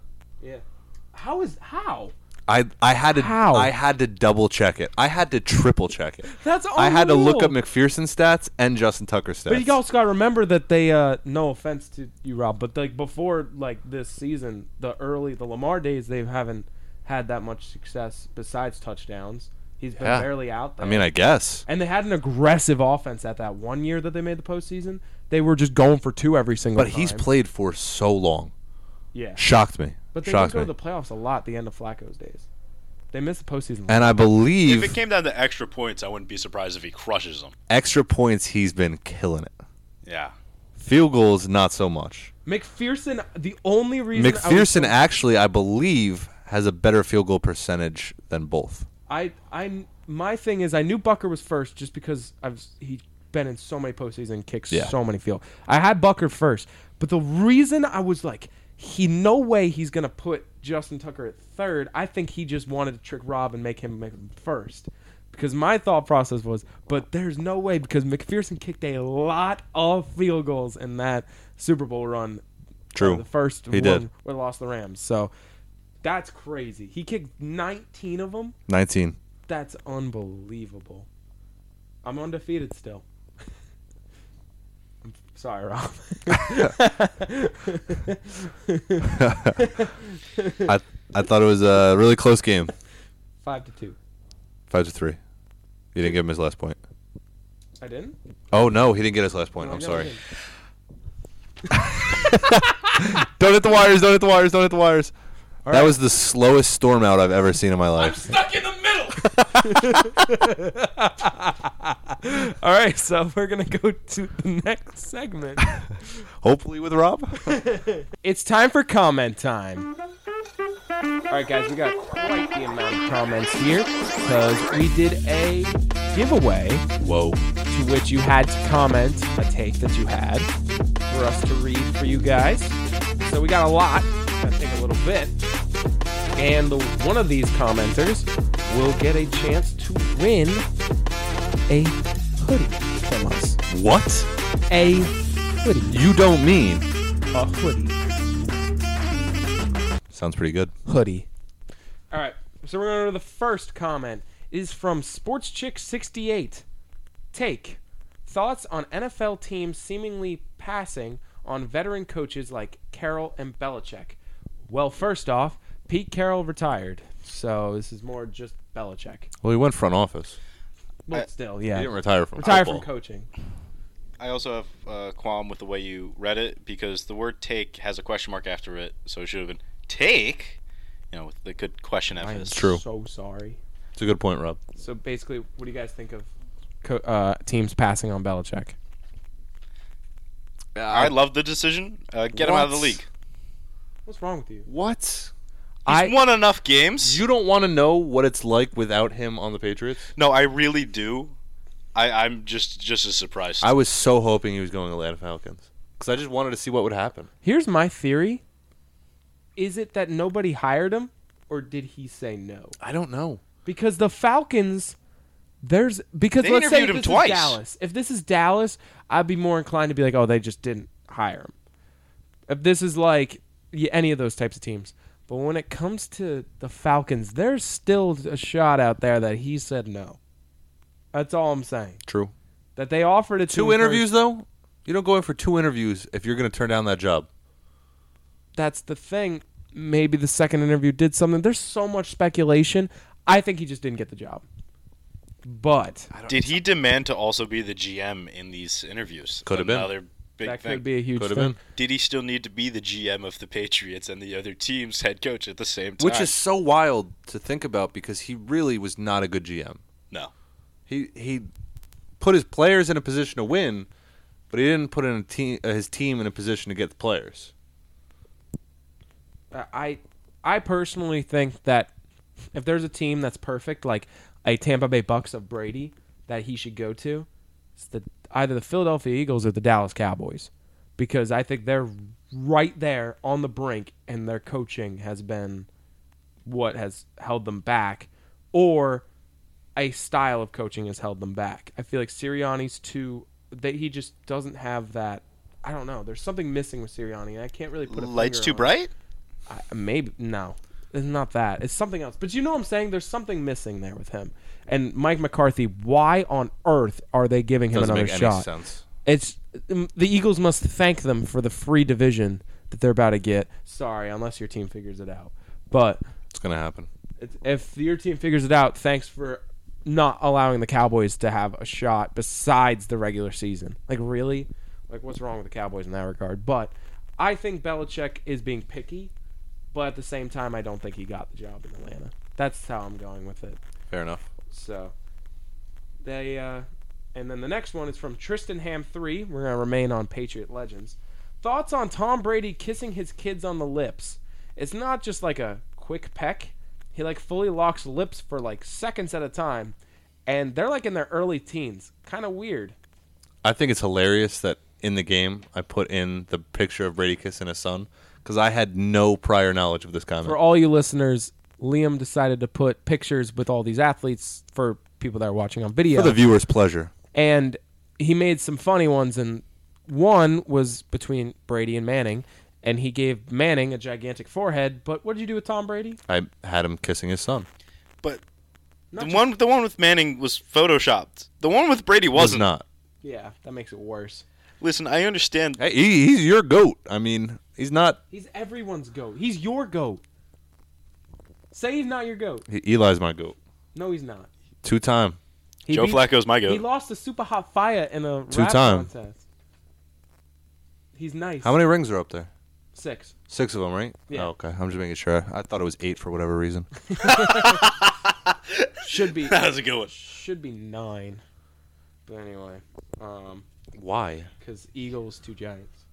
Speaker 1: How is how?
Speaker 2: I, I had to
Speaker 1: How?
Speaker 2: I had to double check it. I had to triple check it.
Speaker 1: That's
Speaker 2: I had to look up
Speaker 1: unreal.
Speaker 2: McPherson stats and Justin Tucker stats.
Speaker 1: But you also got to remember that they. Uh, no offense to you, Rob, but like before, like this season, the early the Lamar days, they haven't had that much success besides touchdowns. He's been
Speaker 2: Yeah.
Speaker 1: barely out there.
Speaker 2: I mean, I guess.
Speaker 1: and they had an aggressive offense at that one year that they made the postseason. They were just going for two every single
Speaker 2: But
Speaker 1: time.
Speaker 2: he's played for so long.
Speaker 1: yeah.
Speaker 2: Shocked me.
Speaker 1: But they didn't
Speaker 2: Shocked
Speaker 1: go
Speaker 2: me.
Speaker 1: to the playoffs a lot. At the end of Flacco's days, they missed the postseason.
Speaker 2: and I
Speaker 3: If
Speaker 2: believe
Speaker 3: it came down to extra points, I wouldn't be surprised if he crushes them.
Speaker 2: extra points he's been killing it.
Speaker 3: Yeah.
Speaker 2: Field goals not so much.
Speaker 1: McPherson, the only reason I was
Speaker 2: McPherson actually I believe has a better field goal percentage than both.
Speaker 1: I I my thing is I knew Bucker was first just because I've he been in so many postseason kicks,
Speaker 2: Yeah.
Speaker 1: so many field. I had Bucker first, but the reason I was like, he no way he's gonna put Justin Tucker at third. I think he just wanted to trick Rob and make him make him first. Because my thought process was, but there's no way because McPherson kicked a lot of field goals in that Super Bowl run.
Speaker 2: True.
Speaker 1: The first
Speaker 2: He
Speaker 1: one
Speaker 2: did.
Speaker 1: where they lost the Rams. So that's crazy. He kicked 19 of them.
Speaker 2: 19.
Speaker 1: That's unbelievable. I'm undefeated still. I'm sorry, Rob.
Speaker 2: I I thought it was a really close game.
Speaker 1: Five to two.
Speaker 2: 5 to 3. You didn't give him his last point.
Speaker 1: I didn't.
Speaker 2: Oh no, he didn't get his last point.
Speaker 1: No, I
Speaker 2: I'm
Speaker 1: know I
Speaker 2: sorry.
Speaker 1: didn't.
Speaker 2: Don't hit the wires, don't hit the wires, don't hit the wires. that
Speaker 1: right.
Speaker 2: was the slowest storm out I've ever seen in my life.
Speaker 1: stuck in the middle. All right, so we're gonna go to the next segment.
Speaker 2: Hopefully with Rob.
Speaker 1: It's time for comment time. All right, guys, we got quite the amount of comments here because we did a giveaway
Speaker 2: Whoa.
Speaker 1: to which you had to comment a take that you had for us to read for you guys. So we got a lot. Gonna take a little bit, and the, one of these commenters will get a chance to win a hoodie from us.
Speaker 2: What?
Speaker 1: A hoodie.
Speaker 2: You don't mean.
Speaker 1: A hoodie.
Speaker 2: Sounds pretty good.
Speaker 1: hoodie. All right, so we're going to the first comment. It is from Sports Chick 68. Take thoughts on NFL teams seemingly passing on veteran coaches like Carroll and Belichick. Well, first off, Pete Carroll retired, so this is more just Belichick.
Speaker 2: Well, he went front office.
Speaker 1: Well,
Speaker 3: I-
Speaker 1: still,
Speaker 2: He
Speaker 1: yeah,
Speaker 2: didn't retire from
Speaker 1: retire
Speaker 2: football.
Speaker 1: from coaching.
Speaker 3: I also have a qualm with the way you read it because the word "take" has a question mark after it, so it should have been "take." You know, with the good question after this.
Speaker 2: True.
Speaker 1: So sorry.
Speaker 2: It's a good point, Rob.
Speaker 1: So basically, what do you guys think of co- uh, teams passing on Belichick?
Speaker 3: I love the decision. Uh, get him out of the
Speaker 2: What?
Speaker 3: league.
Speaker 1: What's wrong with you?
Speaker 2: What?
Speaker 3: He's
Speaker 1: I
Speaker 3: won enough games.
Speaker 2: You don't want to know what it's like without him on the Patriots?
Speaker 3: no, I really do. I, I'm just just as surprised.
Speaker 2: I was so hoping he was going to Atlanta Falcons because I just wanted to see what would happen.
Speaker 1: Here's my theory. Is it that nobody hired him or did he say no?
Speaker 2: I don't know.
Speaker 1: Because the Falcons there's because
Speaker 3: They
Speaker 1: let's say
Speaker 3: interviewed him
Speaker 1: this
Speaker 3: twice.
Speaker 1: is Dallas. If this is Dallas, I'd be more inclined to be like, "Oh, they just didn't hire him." If this is like y- any of those types of teams. But when it comes to the Falcons, there's still a shot out there that he said no. That's all I'm saying.
Speaker 2: True.
Speaker 1: That they offered it to
Speaker 2: Two
Speaker 1: him first.
Speaker 2: interviews, though? You don't go in for two interviews if you're going to turn down that job.
Speaker 1: that's the thing. Maybe the second interview did something. There's so much speculation. I think he just didn't get the job. But
Speaker 3: Did he demand to also be the GM in these interviews?
Speaker 2: Could have been.
Speaker 3: another big
Speaker 1: that
Speaker 3: thing.
Speaker 1: could be a huge
Speaker 2: Could
Speaker 1: thing.
Speaker 2: have been.
Speaker 3: Did he still need to be the GM of the Patriots and the other team's head coach at the same time?
Speaker 2: Which is so wild to think about because he really was not a good GM.
Speaker 3: no.
Speaker 2: He he put his players in a position to win, but he didn't put in a team, uh, his team in a position to get the players.
Speaker 1: I I personally think that if there's a team that's perfect, like a Tampa Bay Bucks of Brady, that he should go to, it's the either the Philadelphia Eagles or the Dallas Cowboys, because I think they're right there on the brink, and their coaching has been what has held them back, or a style of coaching has held them back. I feel like Sirianni's too that he just doesn't have that. I don't know. There's something missing with Sirianni, and I can't really put a
Speaker 3: Lights
Speaker 1: finger
Speaker 3: too
Speaker 1: on it.
Speaker 3: bright?
Speaker 1: I, maybe no, it's not that. It's something else. But you know what I'm saying? There's something missing there with him. And Mike McCarthy, why on earth are they giving him
Speaker 2: Doesn't
Speaker 1: another
Speaker 2: make any
Speaker 1: shot?
Speaker 2: sense.
Speaker 1: It's um, the Eagles must thank them for the free division that they're about to get. Sorry, unless your team figures it out. But
Speaker 2: It's going to happen.
Speaker 1: it's- if your team figures it out, thanks for not allowing the Cowboys to have a shot besides the regular season. Like really? Like what's wrong with the Cowboys in that regard? But I think Belichick is being picky, but at the same time I don't think he got the job in Atlanta. That's how I'm going with it.
Speaker 2: Fair enough.
Speaker 1: So they uh and then the next one is from Tristan Ham 3. We're going to remain on Patriot Legends. Thoughts on Tom Brady kissing his kids on the lips. It's not just like a quick peck. He like fully locks lips for like seconds at a time and they're like in their early teens. Kind of weird.
Speaker 2: I think it's hilarious that in the game I put in the picture of Brady kissing his son because I had no prior knowledge of this comment.
Speaker 1: For all you listeners, Liam decided to put pictures with all these athletes for people that are watching on video.
Speaker 2: For the viewer's pleasure.
Speaker 1: and he made some funny ones and one was between Brady and Manning and he gave Manning a gigantic forehead but what did you do with Tom Brady?
Speaker 2: I had him kissing his son.
Speaker 3: But
Speaker 1: Not
Speaker 3: the
Speaker 1: just-
Speaker 3: one the one with Manning was photoshopped. The one with Brady
Speaker 2: Was
Speaker 3: wasn't.
Speaker 2: not.
Speaker 1: Yeah, that makes it worse.
Speaker 3: Listen, I understand.
Speaker 2: Hey, he, he's your goat. I mean, he's not.
Speaker 1: He's everyone's goat. He's your goat. Say he's not your goat.
Speaker 2: he- Eli's my goat.
Speaker 1: No, he's not.
Speaker 2: Two time.
Speaker 1: He
Speaker 3: Joe
Speaker 1: beat-
Speaker 3: Flacco's my
Speaker 1: He
Speaker 3: goat.
Speaker 1: lost to Super Hot Fire in a
Speaker 2: Two
Speaker 1: rap
Speaker 2: time.
Speaker 1: contest. He's nice.
Speaker 2: How many rings are up there?
Speaker 1: Six.
Speaker 2: Six of them, right?
Speaker 1: Yeah.
Speaker 2: Oh, okay. I'm just making sure. I thought it was eight for whatever reason.
Speaker 1: Should be
Speaker 3: That was a good one.
Speaker 1: should be nine. But anyway, um,
Speaker 2: Why?
Speaker 1: because Eagles two Giants.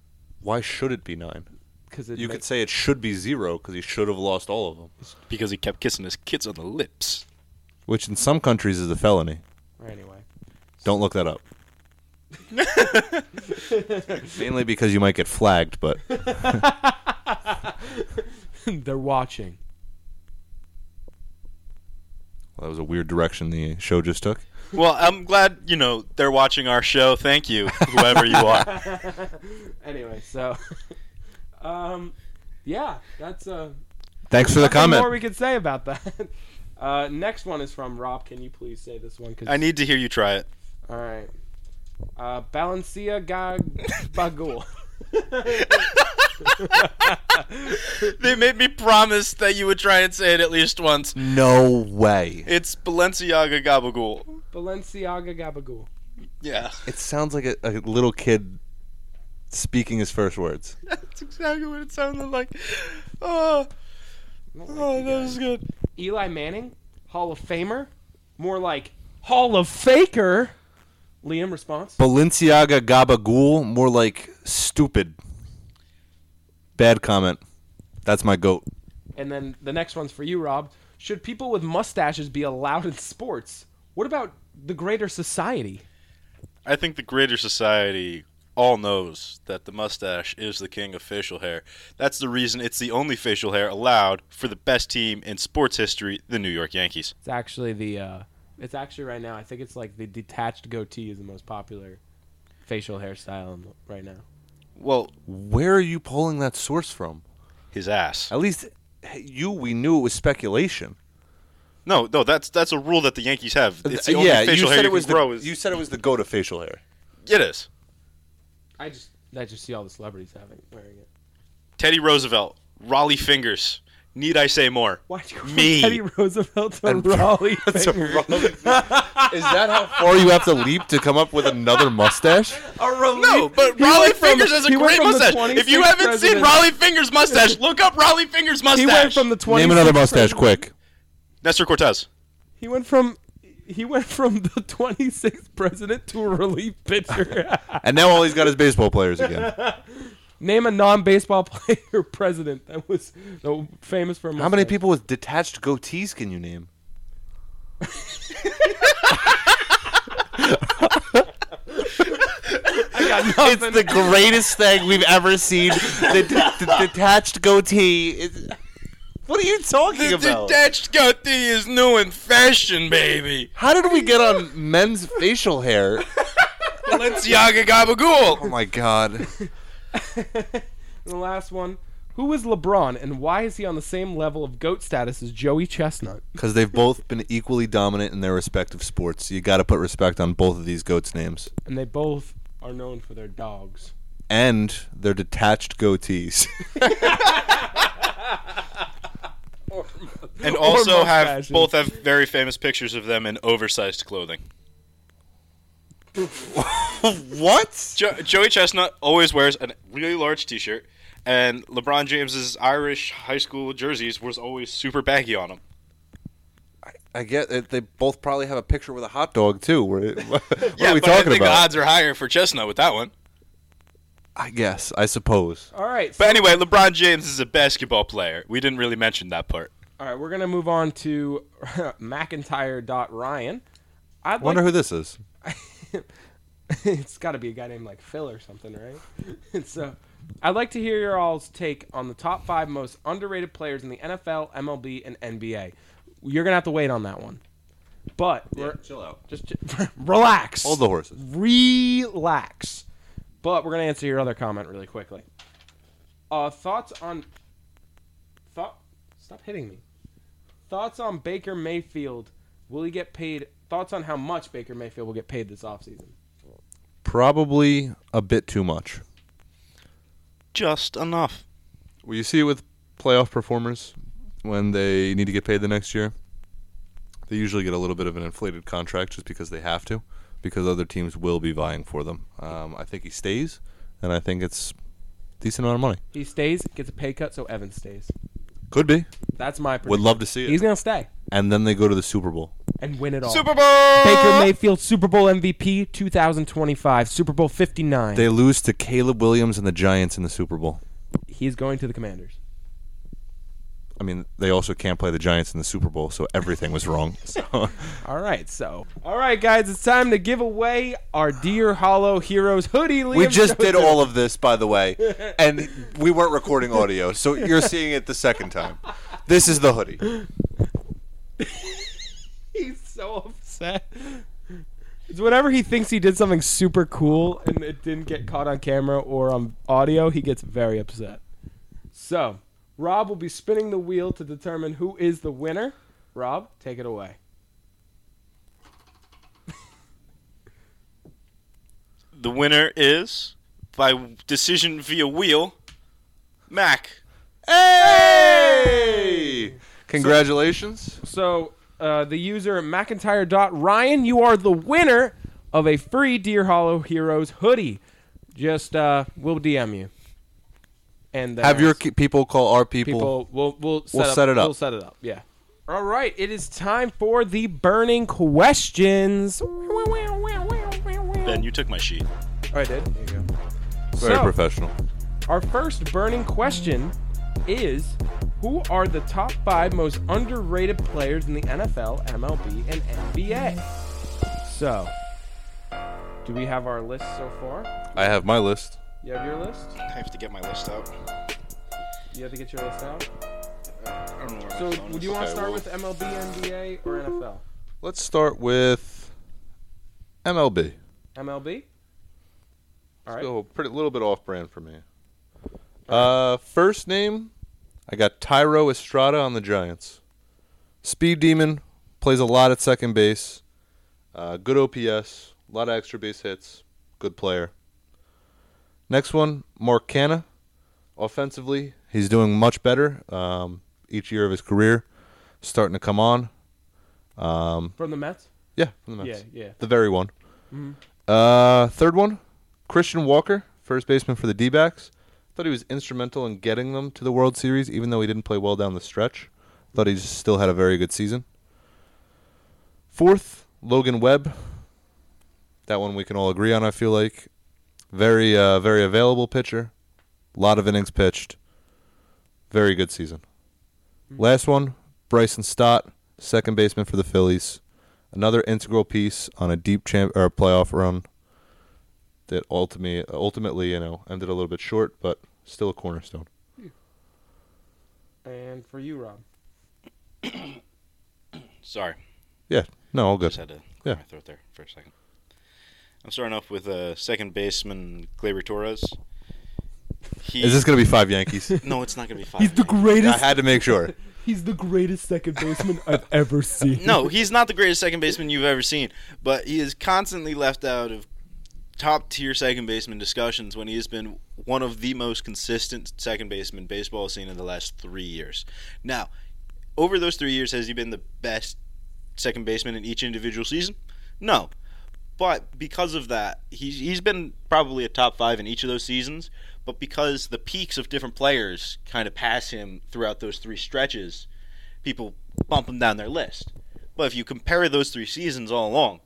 Speaker 2: Why should it be nine?
Speaker 1: because it
Speaker 2: You
Speaker 1: ma-
Speaker 2: could say it should be zero because he should have lost all of them,
Speaker 3: because he kept kissing his kids on the lips.
Speaker 2: which in some countries is a felony.
Speaker 1: anyway.
Speaker 2: Don't look that up. Mainly because you might get flagged, but
Speaker 1: They're watching.
Speaker 2: well, that was a weird direction the show just took.
Speaker 3: Well, I'm glad you know they're watching our show. Thank you, whoever you are.
Speaker 1: Anyway, so um, yeah, that's uh,
Speaker 2: Thanks for the
Speaker 1: nothing more
Speaker 2: comment.
Speaker 1: we could say about that. Uh, next one is from Rob. Can you please say this one? Cause
Speaker 3: I need to hear you try it.
Speaker 1: All right. Uh, Balencia Bagul.
Speaker 3: They made me promise that you would try and say it at least once.
Speaker 2: No way.
Speaker 3: It's Balenciaga Gabagool.
Speaker 1: Balenciaga Gabagool.
Speaker 3: Yeah,
Speaker 2: It sounds like a, a little kid speaking his first words.
Speaker 3: that's exactly what it sounded like. Oh, oh that was good.
Speaker 1: Eli Manning, Hall of Famer, more like Hall of Faker. Liam response.
Speaker 2: Balenciaga Gabagool, more like stupid. Bad comment. That's my goat.
Speaker 1: And then the next one's for you, Rob. Should people with mustaches be allowed in sports? What about the greater society?
Speaker 3: I think the greater society all knows that the mustache is the king of facial hair. That's the reason it's the only facial hair allowed for the best team in sports history, the New York Yankees.
Speaker 1: It's actually the uh it's actually right now. I think it's like the detached goatee is the most popular facial hairstyle in- right now.
Speaker 3: Well,
Speaker 2: Where are you pulling that source from?
Speaker 3: his ass.
Speaker 2: At least hey, you, we knew it was speculation.
Speaker 3: No, no, that's that's a rule that the Yankees have. It's the only
Speaker 2: Uh, yeah, you
Speaker 3: facial
Speaker 2: said
Speaker 3: hair
Speaker 2: it
Speaker 3: you
Speaker 2: was the,
Speaker 3: can grow. Is,
Speaker 2: you said it was the goat of facial hair.
Speaker 3: it is.
Speaker 1: I just I just see all the celebrities having wearing it.
Speaker 3: Teddy Roosevelt, Raleigh Fingers. Need I say more?
Speaker 1: Why'd you call
Speaker 3: Me.
Speaker 1: Teddy Roosevelt to Raleigh? Fingers?
Speaker 2: Is that how far you have to leap to come up with another mustache?
Speaker 3: No, but
Speaker 1: He
Speaker 3: Raleigh
Speaker 1: went from-
Speaker 3: Fingers has a
Speaker 1: he went
Speaker 3: great
Speaker 1: from the
Speaker 3: mustache. If you
Speaker 1: 26th
Speaker 3: haven't seen
Speaker 1: president-
Speaker 3: Raleigh Fingers' mustache, look up Raleigh Fingers' mustache.
Speaker 1: He went from the 20
Speaker 2: Name another mustache quick.
Speaker 3: Nestor Cortez.
Speaker 1: He went from he went from the 26th president to a relief pitcher.
Speaker 2: And now all he's got is baseball players again.
Speaker 1: Name a non-baseball player president that was no, famous for a
Speaker 2: How many
Speaker 1: mustache.
Speaker 2: people with detached goatees can you name?
Speaker 1: I got
Speaker 2: It's the greatest thing we've ever seen. The d- d- detached goatee. Is- what are you talking about?
Speaker 3: detached goatee is new in fashion, baby.
Speaker 2: How did we get on men's facial hair?
Speaker 3: Balenciaga
Speaker 2: Oh
Speaker 3: Gabagool.
Speaker 2: my god.
Speaker 1: And the last one. Who is LeBron and why is he on the same level of GOAT status as Joey Chestnut?
Speaker 2: Because they've both been equally dominant in their respective sports. You got to put respect on both of these goats' names
Speaker 1: And they both are known for their dogs.
Speaker 2: and their detached goatees.
Speaker 3: And also
Speaker 1: more
Speaker 3: have
Speaker 1: fashion.
Speaker 3: both have very famous pictures of them in oversized clothing.
Speaker 2: what?
Speaker 3: Jo- Joey Chestnut always wears a really large T-shirt, and LeBron James's Irish high school jerseys was always super baggy on him.
Speaker 2: I get it. They both probably have a picture with a hot dog too. We're- What
Speaker 3: yeah,
Speaker 2: are we
Speaker 3: but I
Speaker 2: talking
Speaker 3: think the
Speaker 2: about?
Speaker 3: odds are higher for Chestnut with that one.
Speaker 2: I guess. I suppose.
Speaker 1: All right. So,
Speaker 3: But anyway, LeBron James is a basketball player. We didn't really mention that part.
Speaker 1: all right, we're going to move on to McIntyre.Ryan. I'd
Speaker 2: Wonder
Speaker 1: like,
Speaker 2: who this is.
Speaker 1: it's got to be a guy named like Phil or something, right? And so I'd like to hear your all's take on the top 5 most underrated players in the NFL, MLB, and NBA. You're going to have to wait on that one. But we're
Speaker 2: Chill out.
Speaker 1: just relax.
Speaker 2: Hold the horses.
Speaker 1: relax. But we're gonna answer your other comment really quickly. Uh, thoughts on thought? Stop hitting me. Thoughts on Baker Mayfield? Will he get paid? Thoughts on how much Baker Mayfield will get paid this offseason?
Speaker 2: Probably a bit too much.
Speaker 3: Just enough.
Speaker 2: Well, you see it with playoff performers when they need to get paid the next year. They usually get a little bit of an inflated contract just because they have to, because other teams will be vying for them. Um, I think he stays, and I think it's decent amount of money.
Speaker 1: He stays, gets a pay cut, so Evans stays.
Speaker 2: Could be.
Speaker 1: That's my prediction.
Speaker 2: Would love to see it.
Speaker 1: He's gonna stay
Speaker 2: and then they go to the Super Bowl.
Speaker 1: and win it all.
Speaker 3: Super Bowl.
Speaker 1: Baker Mayfield Super Bowl MVP 2025, Super Bowl 59.
Speaker 2: They lose to Caleb Williams and the Giants in the Super Bowl.
Speaker 1: He is going to the Commanders.
Speaker 2: I mean, they also can't play the Giants in the Super Bowl, so everything was wrong. So
Speaker 1: All right, so all right, guys, it's time to give away our Deer Hollow Heroes hoodie. Liam
Speaker 2: we just
Speaker 1: showed
Speaker 2: did
Speaker 1: us.
Speaker 2: all of this, by the way, and we weren't recording audio, so you're seeing it the second time. This is the hoodie.
Speaker 1: He's so upset. It's whenever he thinks he did something super cool and it didn't get caught on camera or on audio, he gets very upset. So, Rob will be spinning the wheel to determine who is the winner. Rob, take it away.
Speaker 3: The winner is by decision via wheel, Mac.
Speaker 2: Hey! Congratulations.
Speaker 1: So, uh, the user McIntyre.Ryan, you are the winner of a free Deer Hollow Heroes hoodie. Just, uh, we'll DM you. And uh,
Speaker 2: Have your ki- people call our people.
Speaker 1: people we'll we'll set,
Speaker 2: We'll
Speaker 1: up,
Speaker 2: set it up.
Speaker 1: We'll set it up. Yeah. All right. It is time for the burning questions.
Speaker 3: Ben, you took my sheet.
Speaker 1: Oh, I did. There you go.
Speaker 2: Very
Speaker 1: so,
Speaker 2: professional.
Speaker 1: Our first burning question is: Who are the top five most underrated players in the NFL, MLB, and NBA? So, do we have our list so far?
Speaker 2: I have my list.
Speaker 1: You have your list.
Speaker 3: I have to get my list out.
Speaker 1: You have to get your list out.
Speaker 3: Uh, I don't know where
Speaker 1: So,
Speaker 3: my phone
Speaker 1: would
Speaker 3: is.
Speaker 1: you want to
Speaker 2: Okay,
Speaker 1: start
Speaker 2: well-
Speaker 1: with MLB, NBA, or NFL?
Speaker 2: Let's start with MLB.
Speaker 1: MLB. All right.
Speaker 2: Let's go pretty little bit off brand for me. Uh, first name, I got Tyro Estrada on the Giants. Speed demon plays a lot at second base. Uh, good OPS, a lot of extra base hits. Good player. Next one, Mark Canna. Offensively, he's doing much better um, each year of his career, starting to come on. Um,
Speaker 1: From the Mets.
Speaker 2: yeah, from the Mets.
Speaker 1: Yeah, yeah.
Speaker 2: The very one. Uh, third one, Christian Walker, first baseman for the D backs. Thought he was instrumental in getting them to the World Series, even though he didn't play well down the stretch. Thought he just still had a very good season. Fourth, Logan Webb. That one we can all agree on, I feel like. Very, uh, very available pitcher. lot of innings pitched. Very good season. Last one, Bryson Stott, second baseman for the Phillies another integral piece on a deep champ or playoff run that ultimately ultimately you know ended a little bit short, but still a cornerstone.
Speaker 1: And for you, Rob.
Speaker 3: Sorry,
Speaker 2: Yeah, no, all
Speaker 3: just
Speaker 2: good.
Speaker 3: had to
Speaker 2: Yeah.
Speaker 3: clear my throat there for a second. I'm starting off with uh, second baseman Gleyber Torres. He,
Speaker 2: Is this gonna be five Yankees?
Speaker 3: No, it's not gonna be five.
Speaker 1: He's the
Speaker 2: I
Speaker 1: greatest.
Speaker 2: had to make sure.
Speaker 1: He's the greatest second baseman I've ever seen.
Speaker 3: no, he's not the greatest second baseman you've ever seen, but he is constantly left out of top tier second baseman discussions when he has been one of the most consistent second baseman baseball has seen in the last three years. Now, over those three years, has he been the best second baseman in each individual season? No. But because of that, he's, he's been probably a top five in each of those seasons. But because the peaks of different players kind of pass him throughout those three stretches, people bump him down their list. But if you compare those three seasons all along,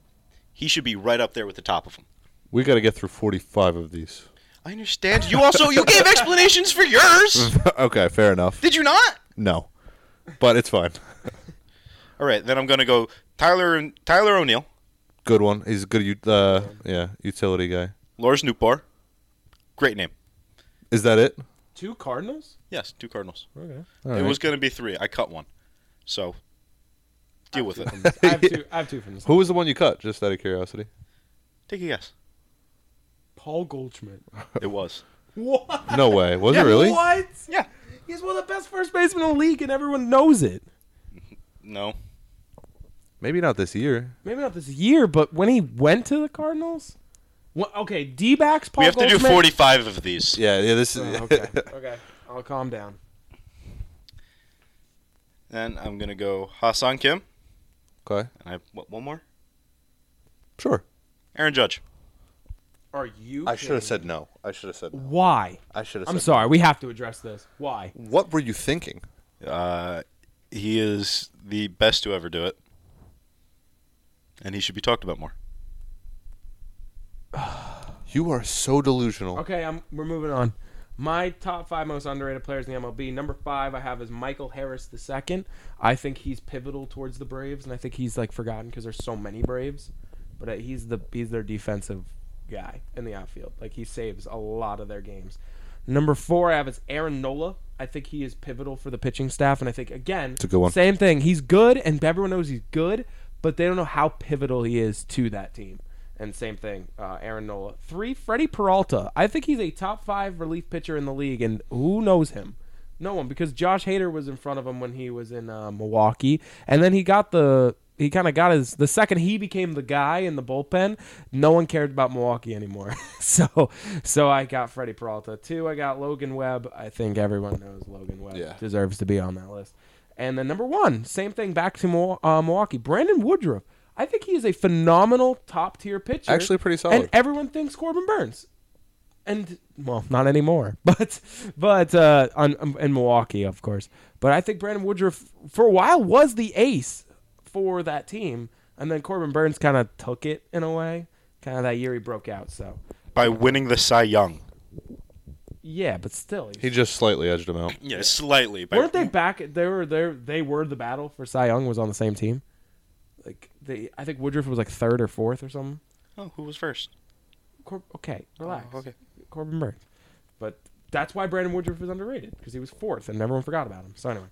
Speaker 3: he should be right up there with the top of them.
Speaker 2: We got to get through forty-five of these.
Speaker 3: I understand. You also you gave explanations for yours.
Speaker 2: okay, fair enough.
Speaker 3: Did you not?
Speaker 2: No, but it's fine.
Speaker 3: All right, then I'm gonna go Tyler Tyler O'Neill,
Speaker 2: Good one. He's a good, ut- uh, yeah, utility guy.
Speaker 3: Lars Newbar. Great name.
Speaker 2: Is that it?
Speaker 1: Two Cardinals.
Speaker 3: Yes, two Cardinals.
Speaker 1: Okay.
Speaker 2: All
Speaker 3: it
Speaker 2: right.
Speaker 3: was gonna be three. I cut one, so deal with it.
Speaker 1: I have two. I have two from this.
Speaker 2: Who was the one you cut? Just out of curiosity.
Speaker 3: Take a guess.
Speaker 1: Paul Goldschmidt.
Speaker 3: It was.
Speaker 1: What?
Speaker 2: No way. Was it really?
Speaker 1: What?
Speaker 3: Yeah.
Speaker 1: He's one of the best first basemen in the league, and everyone knows it.
Speaker 3: No.
Speaker 2: Maybe not this year.
Speaker 1: Maybe not this year, but when he went to the Cardinals. What, okay, D backs. Paul
Speaker 3: we have to do
Speaker 1: Goldschmidt?
Speaker 3: 45 of these.
Speaker 2: Yeah, yeah. This is.
Speaker 1: Oh, okay. okay. I'll calm down.
Speaker 3: Then I'm gonna go Hassan Kim,
Speaker 2: okay.
Speaker 3: and I what, one more.
Speaker 2: Sure.
Speaker 3: Aaron Judge.
Speaker 1: Are you?
Speaker 2: I should
Speaker 1: kidding
Speaker 2: have said no. I should have said
Speaker 1: me?
Speaker 2: no.
Speaker 1: Why?
Speaker 2: I should have.
Speaker 1: I'm sorry. We have to address this. Why?
Speaker 2: What were you thinking?
Speaker 3: Uh, he is the best to ever do it, and he should be talked about more.
Speaker 2: You are so delusional.
Speaker 1: Okay, I'm, we're moving on. My top five most underrated players in the MLB. Number five I have is Michael Harris II. I think he's pivotal towards the Braves, and I think he's like forgotten because there's so many Braves. But uh, he's the he's their defensive guy in the outfield. Like he saves a lot of their games. Number four I have is Aaron Nola. I think he is pivotal for the pitching staff, and I think again,
Speaker 2: a good one.
Speaker 1: same thing. He's good, and everyone knows he's good, but they don't know how pivotal he is to that team. And same thing, uh, Aaron Nola. Three, Freddie Peralta. I think he's a top five relief pitcher in the league, and who knows him? No one, because Josh Hader was in front of him when he was in uh, Milwaukee, and then he got the he kind of got his the second he became the guy in the bullpen, no one cared about Milwaukee anymore. so so I got Freddie Peralta two. I got Logan Webb. I think everyone knows Logan Webb
Speaker 2: Yeah.
Speaker 1: deserves to be on that list. And then number one, same thing back to Mil- uh, Milwaukee. Brandon Woodruff. I think he is a phenomenal top tier pitcher.
Speaker 2: Actually pretty solid.
Speaker 1: And everyone thinks Corbin Burns. And well, not anymore. But but uh, on um, in Milwaukee, of course. But I think Brandon Woodruff for a while was the ace for that team, and then Corbin Burns kind of took it in a way. Kind of that year he broke out. So
Speaker 3: by winning the Cy Young.
Speaker 1: yeah, but still, he
Speaker 2: He just slightly edged him out.
Speaker 3: Yeah, slightly. By,
Speaker 1: weren't they back? They were there. They were the battle for Cy Young was on the same team. Like they, I think Woodruff was like third or fourth or something.
Speaker 3: Oh, who was first?
Speaker 1: Cor- okay, relax.
Speaker 3: okay.
Speaker 1: Corbin Burns. But that's why Brandon Woodruff was underrated because he was fourth and everyone forgot about him. So anyway,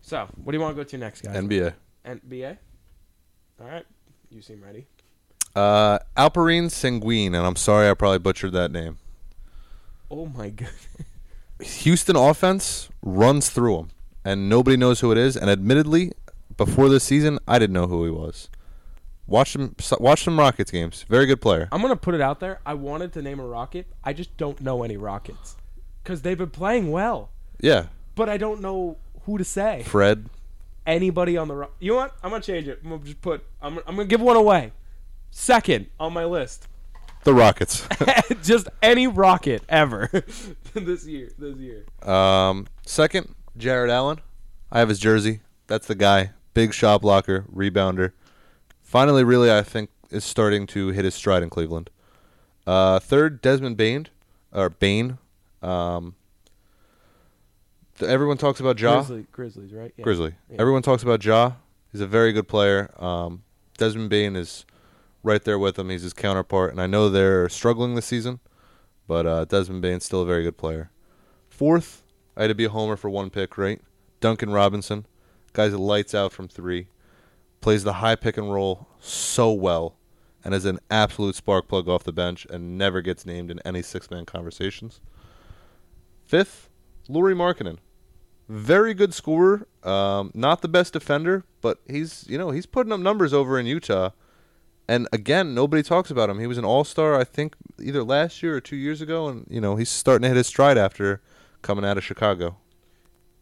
Speaker 1: so what do you want to go to next, guys?
Speaker 2: NBA.
Speaker 1: NBA. All right, you seem ready.
Speaker 2: Uh, Alperin Sanguine, and I'm sorry I probably butchered that name.
Speaker 1: Oh my god.
Speaker 2: Houston offense runs through him, and nobody knows who it is. And admittedly, before this season, I didn't know who he was. Watch him, watch some Rockets games. Very good player.
Speaker 1: I'm gonna put it out there. I wanted to name a rocket. I just don't know any rockets because they've been playing well,
Speaker 2: Yeah,
Speaker 1: but I don't know who to say.
Speaker 2: Fred.
Speaker 1: anybody on the ro- you know what i'm gonna change it i'm gonna just put i'm, I'm gonna give one away second on my list
Speaker 2: The Rockets.
Speaker 1: just any rocket ever this year this year
Speaker 2: um, second, Jared Allen. I have his jersey. That's the guy. Big shot blocker, rebounder. Finally, really, I think is starting to hit his stride in Cleveland. Uh, third, Desmond Bain, or Bain. Um, th- everyone talks about Ja.
Speaker 1: Grizzly, grizzlies right yeah.
Speaker 2: Grizzly.
Speaker 1: Yeah.
Speaker 2: Everyone talks about Ja. He's a very good player. Um, Desmond Bain is right there with him. He's his counterpart, and I know they're struggling this season, but uh, Desmond Bain's still a very good player. Fourth, I had to be a homer for one pick, right? Duncan Robinson, guy's lights out from three, plays the high pick and roll so well, and is an absolute spark plug off the bench, and never gets named in any six-man conversations. Fifth, Lori Markkinen very good scorer. Um, not the best defender, but he's you know he's putting up numbers over in Utah. And again, nobody talks about him. He was an All Star, I think, either last year or two years ago, and you know he's starting to hit his stride after coming out of Chicago.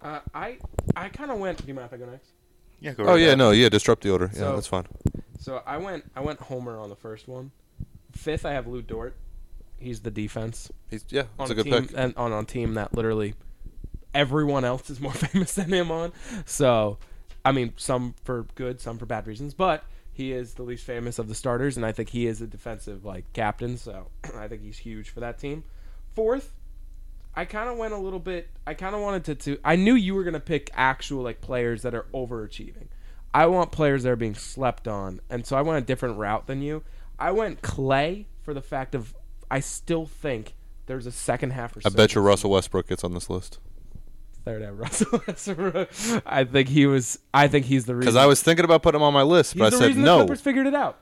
Speaker 1: uh, i i kind of went do you mind if i go next
Speaker 3: Yeah, go
Speaker 2: Oh yeah,
Speaker 3: ahead.
Speaker 2: no, yeah, disrupt the order. Yeah,
Speaker 1: So-
Speaker 2: that's fine.
Speaker 1: so i went i went homer on the first one fifth i have lou dort he's the defense
Speaker 2: He's yeah,
Speaker 1: on
Speaker 2: it's a good
Speaker 1: team
Speaker 2: pick.
Speaker 1: and on a team that literally everyone else is more famous than him on. So, I mean, some for good, some for bad reasons, but he is the least famous of the starters, and I think he is a defensive like captain. So, I think he's huge for that team. Fourth, I kind of went a little bit. I kind of wanted to, to. I knew you were gonna pick actual like players that are overachieving. I want players that are being slept on, and so I went a different route than you. I went Clay for the fact of I still think there's a second half.
Speaker 2: I bet you Russell Westbrook gets on this list
Speaker 1: third at Russell Westbrook. I think he was. I think he's the reason.
Speaker 2: because I was thinking about putting him on my list,
Speaker 1: he's
Speaker 2: but
Speaker 1: the
Speaker 2: I said
Speaker 1: reason the
Speaker 2: no.
Speaker 1: Clippers figured it out.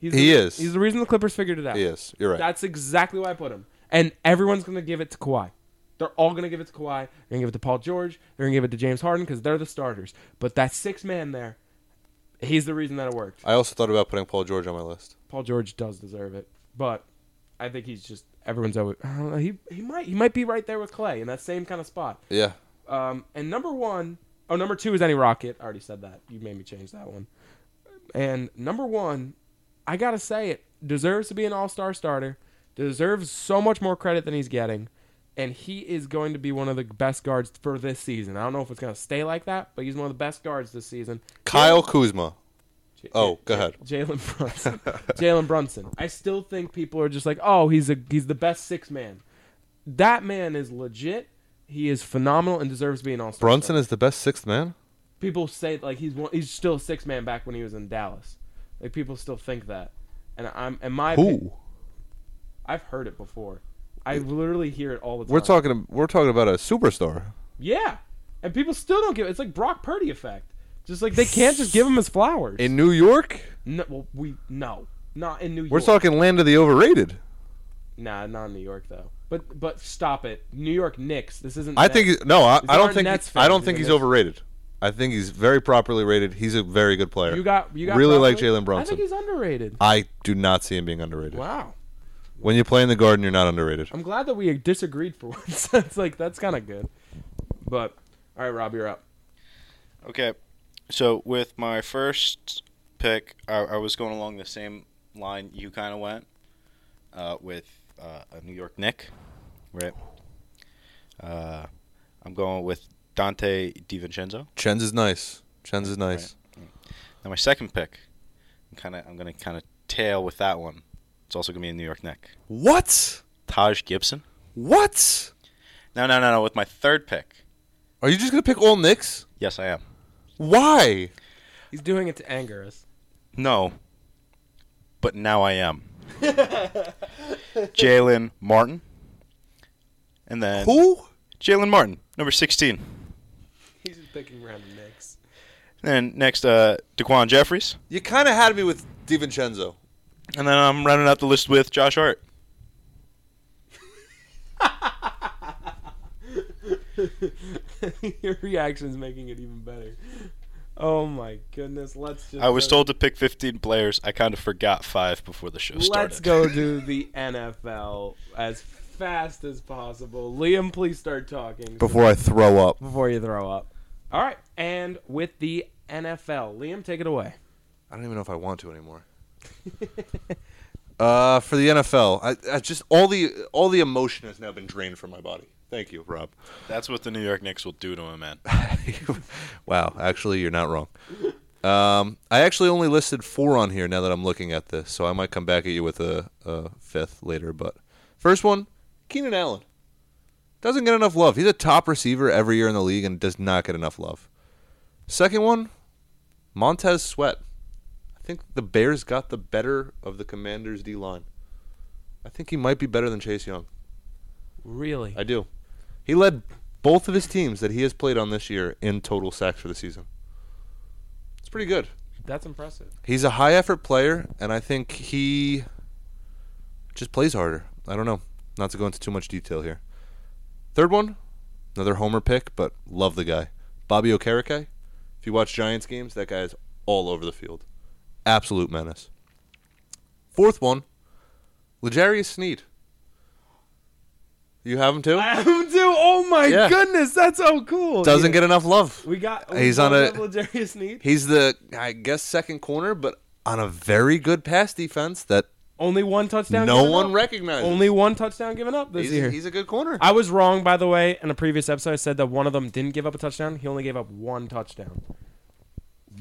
Speaker 1: He's
Speaker 2: He
Speaker 1: the,
Speaker 2: is.
Speaker 1: He's the reason the Clippers figured it out.
Speaker 2: Yes, you're right.
Speaker 1: That's exactly why I put him. And everyone's going to give it to Kawhi. They're all going to give it to Kawhi. They're going to give it to Paul George. They're going to give it to James Harden because they're the starters. But that six man there, he's the reason that it worked.
Speaker 2: I also thought about putting Paul George on my list.
Speaker 1: Paul George does deserve it, but I think he's just everyone's over. I don't know. He he might he might be right there with Clay in that same kind of spot.
Speaker 2: Yeah,
Speaker 1: Um, and number one, oh, number two is any rocket. I already said that. You made me change that one. And number one, I gotta say it deserves to be an All Star starter. Deserves so much more credit than he's getting, and he is going to be one of the best guards for this season. I don't know if it's gonna stay like that, but he's one of the best guards this season.
Speaker 2: Kyle Kuzma.
Speaker 1: J-
Speaker 2: Oh, go
Speaker 1: J-
Speaker 2: ahead.
Speaker 1: Jalen Brunson. Jalen Brunson. I still think people are just like, oh, he's a he's the best six man. that man is legit. He is phenomenal and deserves to be an all star.
Speaker 2: Brunson is the best sixth man.
Speaker 1: people say like he's one, he's still a six man back when he was in Dallas. Like people still think that, and I'm and my opi-
Speaker 2: Who?
Speaker 1: I've heard it before. I literally hear it all the time.
Speaker 2: We're talking. We're talking about a superstar.
Speaker 1: yeah, and people still don't give. It's like Brock Purdy effect. Just like they can't just give him his flowers.
Speaker 2: In New York,
Speaker 1: no, well, we no, not in New York.
Speaker 2: we're talking land of the overrated.
Speaker 1: Nah, not in New York though. But but stop it, New York Knicks. This isn't.
Speaker 2: I
Speaker 1: Nets.
Speaker 2: think no, I,
Speaker 1: These
Speaker 2: I don't
Speaker 1: aren't
Speaker 2: think
Speaker 1: Nets
Speaker 2: I don't
Speaker 1: fans,
Speaker 2: think
Speaker 1: these
Speaker 2: he's
Speaker 1: are Knicks.
Speaker 2: overrated. I think he's very properly rated. He's a very good player.
Speaker 1: you got you got
Speaker 2: really like
Speaker 1: properly-
Speaker 2: Jalen
Speaker 1: I think
Speaker 2: Brunson.
Speaker 1: he's underrated.
Speaker 2: I do not see him being underrated.
Speaker 1: Wow,
Speaker 2: When you play in the Garden, you're not underrated.
Speaker 1: I'm glad that we disagreed for once. it's like that's kind of good. But all right, Rob, you're up.
Speaker 3: Okay, so with my first pick, I, I was going along the same line you kind of went uh, with uh, a New York Nick, right? Uh, I'm going with Dante DiVincenzo.
Speaker 2: Chen's is nice. Chen's is nice.
Speaker 3: Now my second pick, I'm kind of I'm gonna kind of tail with that one. It's also gonna be a New York Nick,
Speaker 2: What?
Speaker 3: Taj Gibson.
Speaker 2: What?
Speaker 3: No, no, no, no. With my third pick,
Speaker 2: Are you just gonna pick all Knicks?
Speaker 3: yes, I am.
Speaker 2: Why?
Speaker 1: He's doing it to anger us.
Speaker 3: No, but now I am. Jalen Martin, and then
Speaker 2: Who?
Speaker 3: Jalen Martin, number sixteen.
Speaker 1: He's just picking random Knicks.
Speaker 3: Then next, uh, DeQuan Jeffries,
Speaker 2: You kind of had me with Divincenzo.
Speaker 3: and then I'm rounding out the list with Josh Hart.
Speaker 1: Your reaction's making it even better. Oh my goodness, let's just
Speaker 3: I was told to pick 15 players. I kind of forgot five before the show started.
Speaker 1: Let's go to the NFL as fast as possible. Liam, please start talking
Speaker 2: Before I throw up,
Speaker 1: before you throw up. All right, and with the NFL, Liam, take it away.
Speaker 2: I don't even know if I want to anymore. uh, for the NFL, I, I just all the all the emotion has now been drained from my body. Thank you, Rob.
Speaker 3: That's what the New York Knicks will do to him, man.
Speaker 2: wow, actually, you're not wrong. Um, I actually only listed four on here now that I'm looking at this, so I might come back at you with a, a fifth later. But first one, Keenan Allen doesn't get enough love. He's a top receiver every year in the league and does not get enough love. Second one, Montez Sweat. I think the Bears got the better of the Commanders D line. I think he might be better than Chase Young.
Speaker 1: Really?
Speaker 2: I do. He led both of his teams that he has played on this year in total sacks for the season. It's pretty good.
Speaker 1: That's impressive.
Speaker 2: He's a high effort player, and I think he just plays harder. I don't know. Not to go into too much detail here. Third one, another homer pick, but love the guy. Bobby Okereke. If you watch Giants games, that guy is all over the field. Absolute menace. Fourth one, Legarius Sneed. You have him too?
Speaker 1: I am too. Oh my
Speaker 2: Yeah.
Speaker 1: goodness, that's so cool.
Speaker 2: Doesn't
Speaker 1: Yeah.
Speaker 2: get enough love.
Speaker 1: We got. We
Speaker 2: He's on a-
Speaker 1: Legarius Need.
Speaker 2: He's the I guess second corner, but on a very good pass defense that
Speaker 1: Only one touchdown.
Speaker 2: no
Speaker 1: given
Speaker 2: one
Speaker 1: up.
Speaker 2: recognizes.
Speaker 1: Only one touchdown given up this
Speaker 2: he's,
Speaker 1: year.
Speaker 2: he's a good corner.
Speaker 1: I was wrong, by the way. In a previous episode, I said that one of them didn't give up a touchdown. He only gave up one touchdown.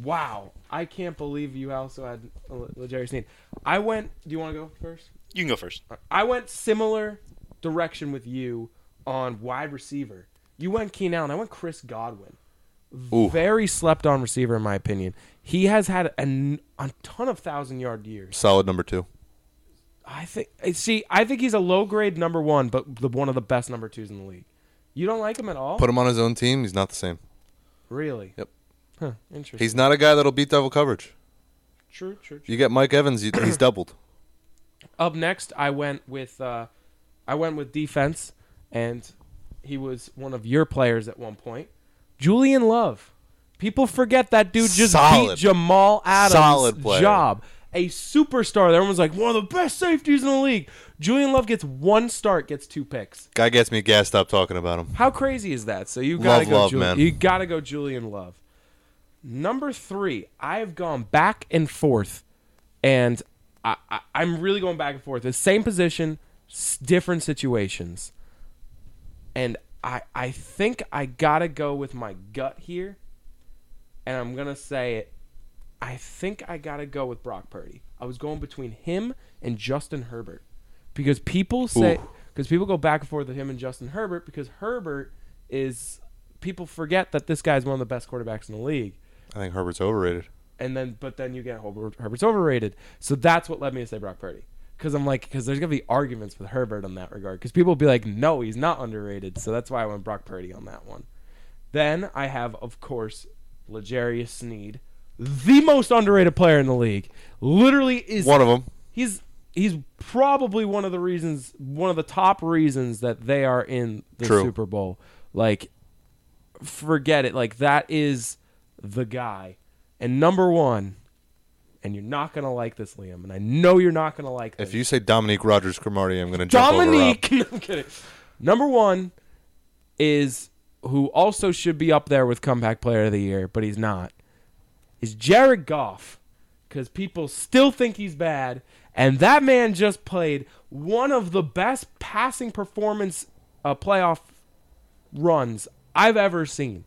Speaker 1: Wow, I can't believe you also had Le- Legarius Need. I went. Do you want to go first?
Speaker 3: You can go first.
Speaker 1: I went similar direction with you on wide receiver. You went Keenan Allen. I went Chris Godwin.
Speaker 2: Ooh.
Speaker 1: Very slept on receiver, in my opinion. He has had an, a ton of thousand yard years.
Speaker 2: Solid number two.
Speaker 1: I think. eh, See, I think he's a low grade number one, but the one of the best number twos in the league. You don't like him at all,
Speaker 2: Put him on his own team. He's not the same.
Speaker 1: really?
Speaker 2: Yep.
Speaker 1: Huh. Interesting.
Speaker 2: He's not a guy that'll beat double coverage.
Speaker 1: true, true, true.
Speaker 2: You get Mike Evans, you, he's doubled.
Speaker 1: Up next, I went with, uh, I went with defense, and he was one of your players at one point, Julian Love. People forget that dude just beat
Speaker 2: Solid.
Speaker 1: Jamal Adams'
Speaker 2: Solid player.
Speaker 1: job. A superstar. that Everyone's like one of the best safeties in the league. Julian Love gets one start, gets two picks.
Speaker 2: Guy gets me gassed up talking about him.
Speaker 1: How crazy is that? So you gotta
Speaker 2: Love,
Speaker 1: go,
Speaker 2: love,
Speaker 1: Juli-
Speaker 2: man.
Speaker 1: You gotta go, Julian Love. Number three, I have gone back and forth, and I, I, I'm really going back and forth. The same position, s- different situations, and I, I think I gotta go with my gut here, and I'm gonna say it. I think I gotta go with Brock Purdy. I was going between him and Justin Herbert because people say
Speaker 2: Ooh.
Speaker 1: because people go back and forth with him and Justin Herbert because Herbert is people forget that this guy's one of the best quarterbacks in the league.
Speaker 2: I think Herbert's overrated.
Speaker 1: And then, but then you get Herbert, Herbert's overrated. So that's what led me to say Brock Purdy. Because I'm like, because there's gonna be arguments with Herbert on that regard. Because people will be like, no, he's not underrated. So that's why I went Brock Purdy on that one. Then I have, of course, Legarius Sneed, the most underrated player in the league. Literally is
Speaker 2: One of them.
Speaker 1: he's he's probably one of the reasons one of the top reasons that they are in the
Speaker 2: True.
Speaker 1: Super Bowl. Like forget it. Like that is the guy. And number 1 and you're not going to like this Liam and I know you're not going to like this.
Speaker 2: If you say Dominique Rogers Cromartie, I'm going to jump over Rob.
Speaker 1: Dominique. No, I'm kidding. Number one is who also should be up there with comeback player of the year, but he's not. Is Jared Goff because people still think he's bad, and that man just played one of the best passing performance uh, playoff runs I've ever seen.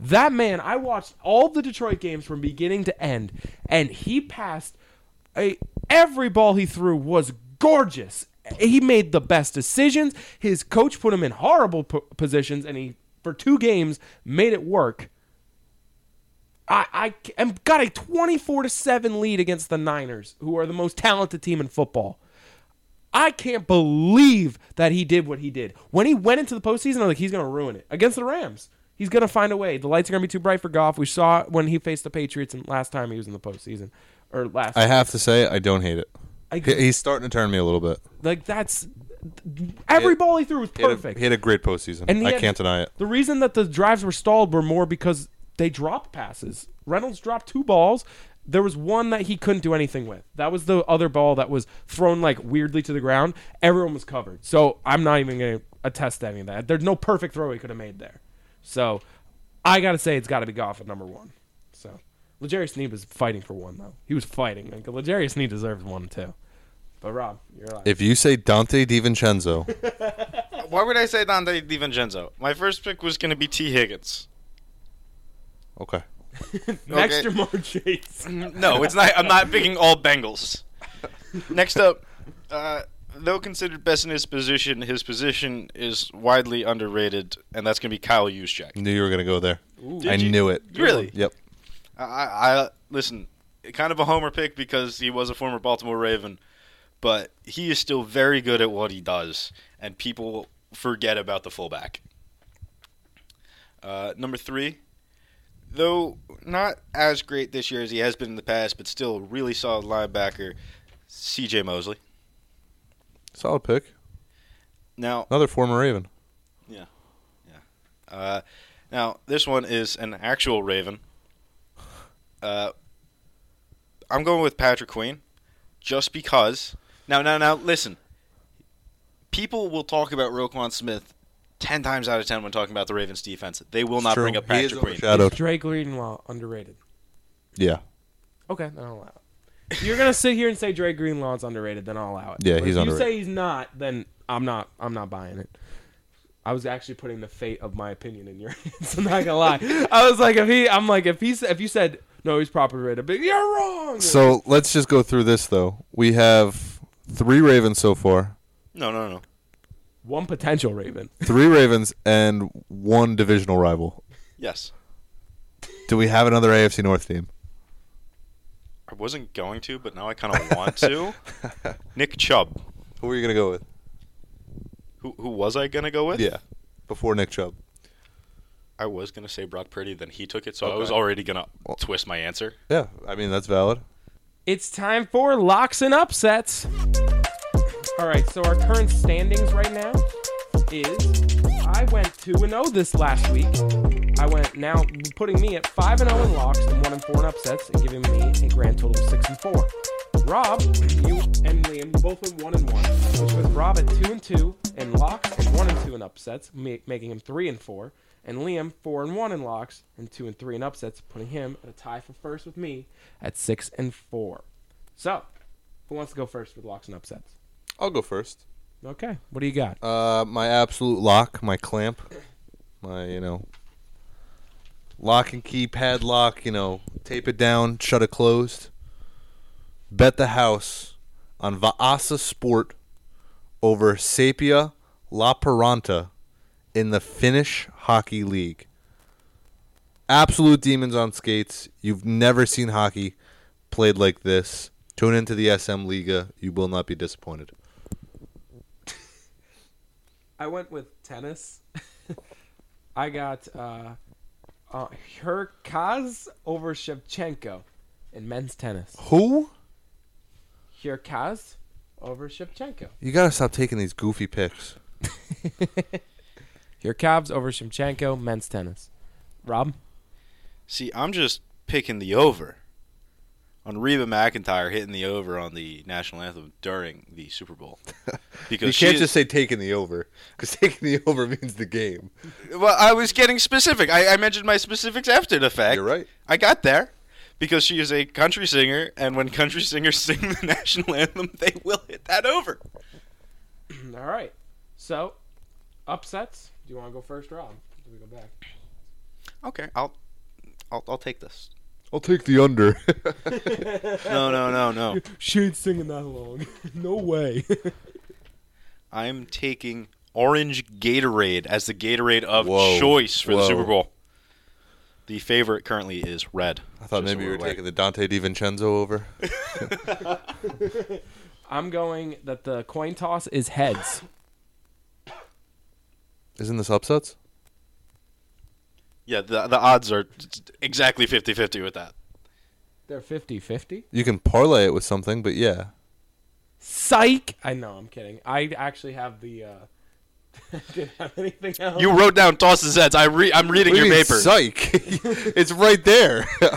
Speaker 1: That man, I watched all the Detroit games from beginning to end, and he passed a, every ball he threw was gorgeous. He made the best decisions. His coach put him in horrible po- positions, and he for two games made it work. I, I c- am got a 24 to 7 lead against the Niners, who are the most talented team in football. I can't believe that he did what he did. When he went into the postseason, I was like, he's going to ruin it against the Rams. He's going to find a way. The lights are going to be too bright for Goff. We saw it when he faced the Patriots and last time he was in the postseason, or last.
Speaker 2: I have to say, I don't hate it.
Speaker 1: I-
Speaker 2: He- He's starting to turn me a little bit.
Speaker 1: like that's every
Speaker 2: Hit-
Speaker 1: ball he threw was
Speaker 2: He had a-
Speaker 1: perfect.
Speaker 2: He had a, great postseason.
Speaker 1: And he
Speaker 2: I
Speaker 1: had-
Speaker 2: can't deny it.
Speaker 1: The reason that the drives were stalled were more because they dropped passes. Reynolds dropped two balls. There was one that he couldn't do anything with. That was the other ball that was thrown like weirdly to the ground. Everyone was covered. So I'm not even going to attest to any of that. There's no perfect throw he could have made there. So I got to say it's got to be Goff at number one. So Legarius Sneed was fighting for one though. He was fighting. Like Legarius Sneed deserves one too. But Rob, you're right.
Speaker 2: If you say Dante DiVincenzo,
Speaker 3: Why would I say Dante DiVincenzo? My first pick was going to be T. Higgins.
Speaker 2: okay.
Speaker 1: Next
Speaker 3: okay.
Speaker 1: to more Chase.
Speaker 3: No, it's not. I'm not picking all Bengals. Next up, uh, though considered best in his position, his position is widely underrated, and that's going to be Kyle Juszczyk.
Speaker 2: Knew you were going to go there.
Speaker 1: Ooh.
Speaker 2: I
Speaker 3: Did you-
Speaker 2: knew it.
Speaker 3: Really?
Speaker 2: Yep.
Speaker 3: I, I I- listen. Kind of a homer pick because he was a former Baltimore Raven, but he is still very good at what he does, and people forget about the fullback. Uh, number three, though not as great this year as he has been in the past, but still a really solid linebacker, C.J. Mosley.
Speaker 2: Solid pick.
Speaker 3: Now,
Speaker 2: Another former Raven.
Speaker 3: uh, now this one is an actual Raven. Uh, I'm going with Patrick Queen, just because. Now, now, now, listen. People will talk about Roquan Smith ten times out of ten when talking about the Ravens' defense. They will not bring up
Speaker 2: He is
Speaker 3: Patrick Queen.
Speaker 1: Is
Speaker 2: overshadowed.
Speaker 1: Drake Greenlaw underrated.
Speaker 2: Yeah.
Speaker 1: Okay, then I'll allow it. If you're gonna sit here and say Drake Greenlaw's underrated, then I'll allow it.
Speaker 2: Yeah,
Speaker 1: But
Speaker 2: he's
Speaker 1: if
Speaker 2: underrated.
Speaker 1: You say he's not, then I'm not. I'm not buying it. I was actually putting the fate of my opinion in your hands. I'm not gonna lie. I was like, if he, I'm like, if he's, if you said no, he's properly rated, but you're wrong.
Speaker 2: So let's just go through this, though. We have three Ravens so far,
Speaker 3: No, no, no.
Speaker 1: one potential Raven.
Speaker 2: three Ravens, and one divisional rival.
Speaker 3: Yes,
Speaker 2: Do we have another AFC North team?
Speaker 3: I wasn't going to, but now I kind of want to. Nick Chubb.
Speaker 2: Who are you going to go with?
Speaker 3: Who, who was I gonna go with?
Speaker 2: Yeah. Before Nick Chubb.
Speaker 3: I was gonna say Brock Purdy, then he took it, so I
Speaker 2: Okay.
Speaker 3: was already gonna twist my answer.
Speaker 2: Yeah. I mean, that's valid.
Speaker 1: It's time for locks and upsets. All right, so our current standings right now is I went 2 and 0 this last week. I went now putting me at 5 and 0 in locks and 1 and 4 in upsets and giving me a grand total of 6 and 4. Rob, you and Liam both went 1 and 1, which was Rob at 2 and 2 in locks and 1 and 2 in upsets, ma- making him 3 and 4, and Liam 4 and 1 in locks and 2 and 3 in upsets, putting him at a tie for first with me at 6 and 4. So, who wants to go first with locks and upsets?
Speaker 2: I'll go first.
Speaker 1: Okay. What do you got?
Speaker 2: Uh, my absolute lock, my clamp, my you know, lock and key padlock. You know, tape it down, shut it closed. Bet the house on Vaasa Sport over Sapia La Paranta in the Finnish Hockey League. Absolute demons on skates. You've never seen hockey played like this. Tune into the SM Liga. You will not be disappointed.
Speaker 1: I went with tennis. I got uh, uh, Hurkacz over Shevchenko in men's tennis.
Speaker 2: Who?
Speaker 1: Hurkacz over Shevchenko.
Speaker 2: You gotta stop taking these goofy picks.
Speaker 1: Hurkacz over Shevchenko, men's tennis. Rob?
Speaker 3: See, I'm just picking the over on Reba McIntyre hitting the over on the national anthem during the Super Bowl.
Speaker 2: You
Speaker 3: Because
Speaker 2: can't
Speaker 3: she-
Speaker 2: just say taking the over because taking the over means the game.
Speaker 3: Well, I was getting specific. I, I mentioned my specifics after the fact.
Speaker 2: You're right.
Speaker 3: I got there because she is a country singer, and when country singers sing the national anthem, they will hit that over.
Speaker 1: All right. So, upsets. Do you want to go first, Rob? Do we go back?
Speaker 3: Okay, I'll, I'll, I'll take this.
Speaker 2: I'll take the under.
Speaker 3: No, no, no, no.
Speaker 1: She ain't singing that long. no way.
Speaker 3: I'm taking orange Gatorade as the Gatorade of
Speaker 2: Whoa,
Speaker 3: choice for the
Speaker 2: whoa.
Speaker 3: Super Bowl. The favorite currently is red.
Speaker 2: I thought
Speaker 3: Just so
Speaker 2: maybe you were
Speaker 3: we're aware.
Speaker 2: taking the Dante DiVincenzo over.
Speaker 1: I'm going that the coin toss is heads.
Speaker 2: Isn't this upsets?
Speaker 3: Yeah, the the odds are exactly 50-50 with that.
Speaker 1: They're 50 50.
Speaker 2: You can parlay it with something, but yeah.
Speaker 1: Psych! I know, I'm kidding. I actually have the. Uh, I didn't have anything else.
Speaker 3: You wrote down tosses heads. I re- I'm reading
Speaker 2: Oh. What do
Speaker 3: your
Speaker 2: you mean,
Speaker 3: paper.
Speaker 2: Psych. it's right there.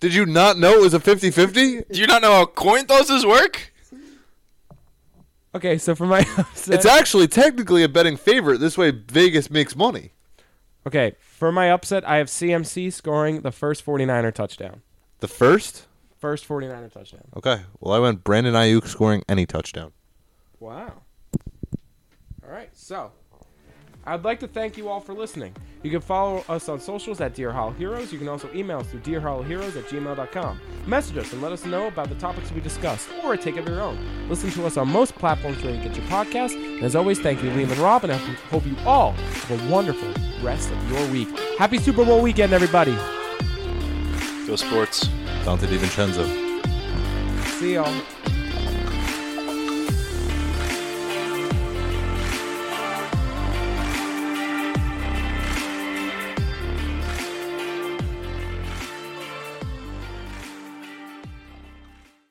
Speaker 2: Did you not know it was a 50 50?
Speaker 3: Do you not know how coin tosses work?
Speaker 1: okay, so for my upset.
Speaker 2: It's actually technically a betting favorite. This way, Vegas makes money.
Speaker 1: okay, for my upset, I have CMC scoring the first 49er touchdown.
Speaker 2: The first?
Speaker 1: First 49er touchdown.
Speaker 2: Okay. Well, I went Brandon Ayuk scoring any touchdown.
Speaker 1: Wow. All right, so I'd like to thank you all for listening. You can follow us on socials at Dear Hollow Heroes. You can also email us through dearhollowheroes at gmail.com. Message us and let us know about the topics we discussed or a take of your own. Listen to us on most platforms where you get your podcast. And as always, thank you, Liam and Rob, and I hope you all have a wonderful rest of your week. Happy Super Bowl weekend, everybody.
Speaker 3: Go sports.
Speaker 2: Dante DiVincenzo.
Speaker 1: See y'all.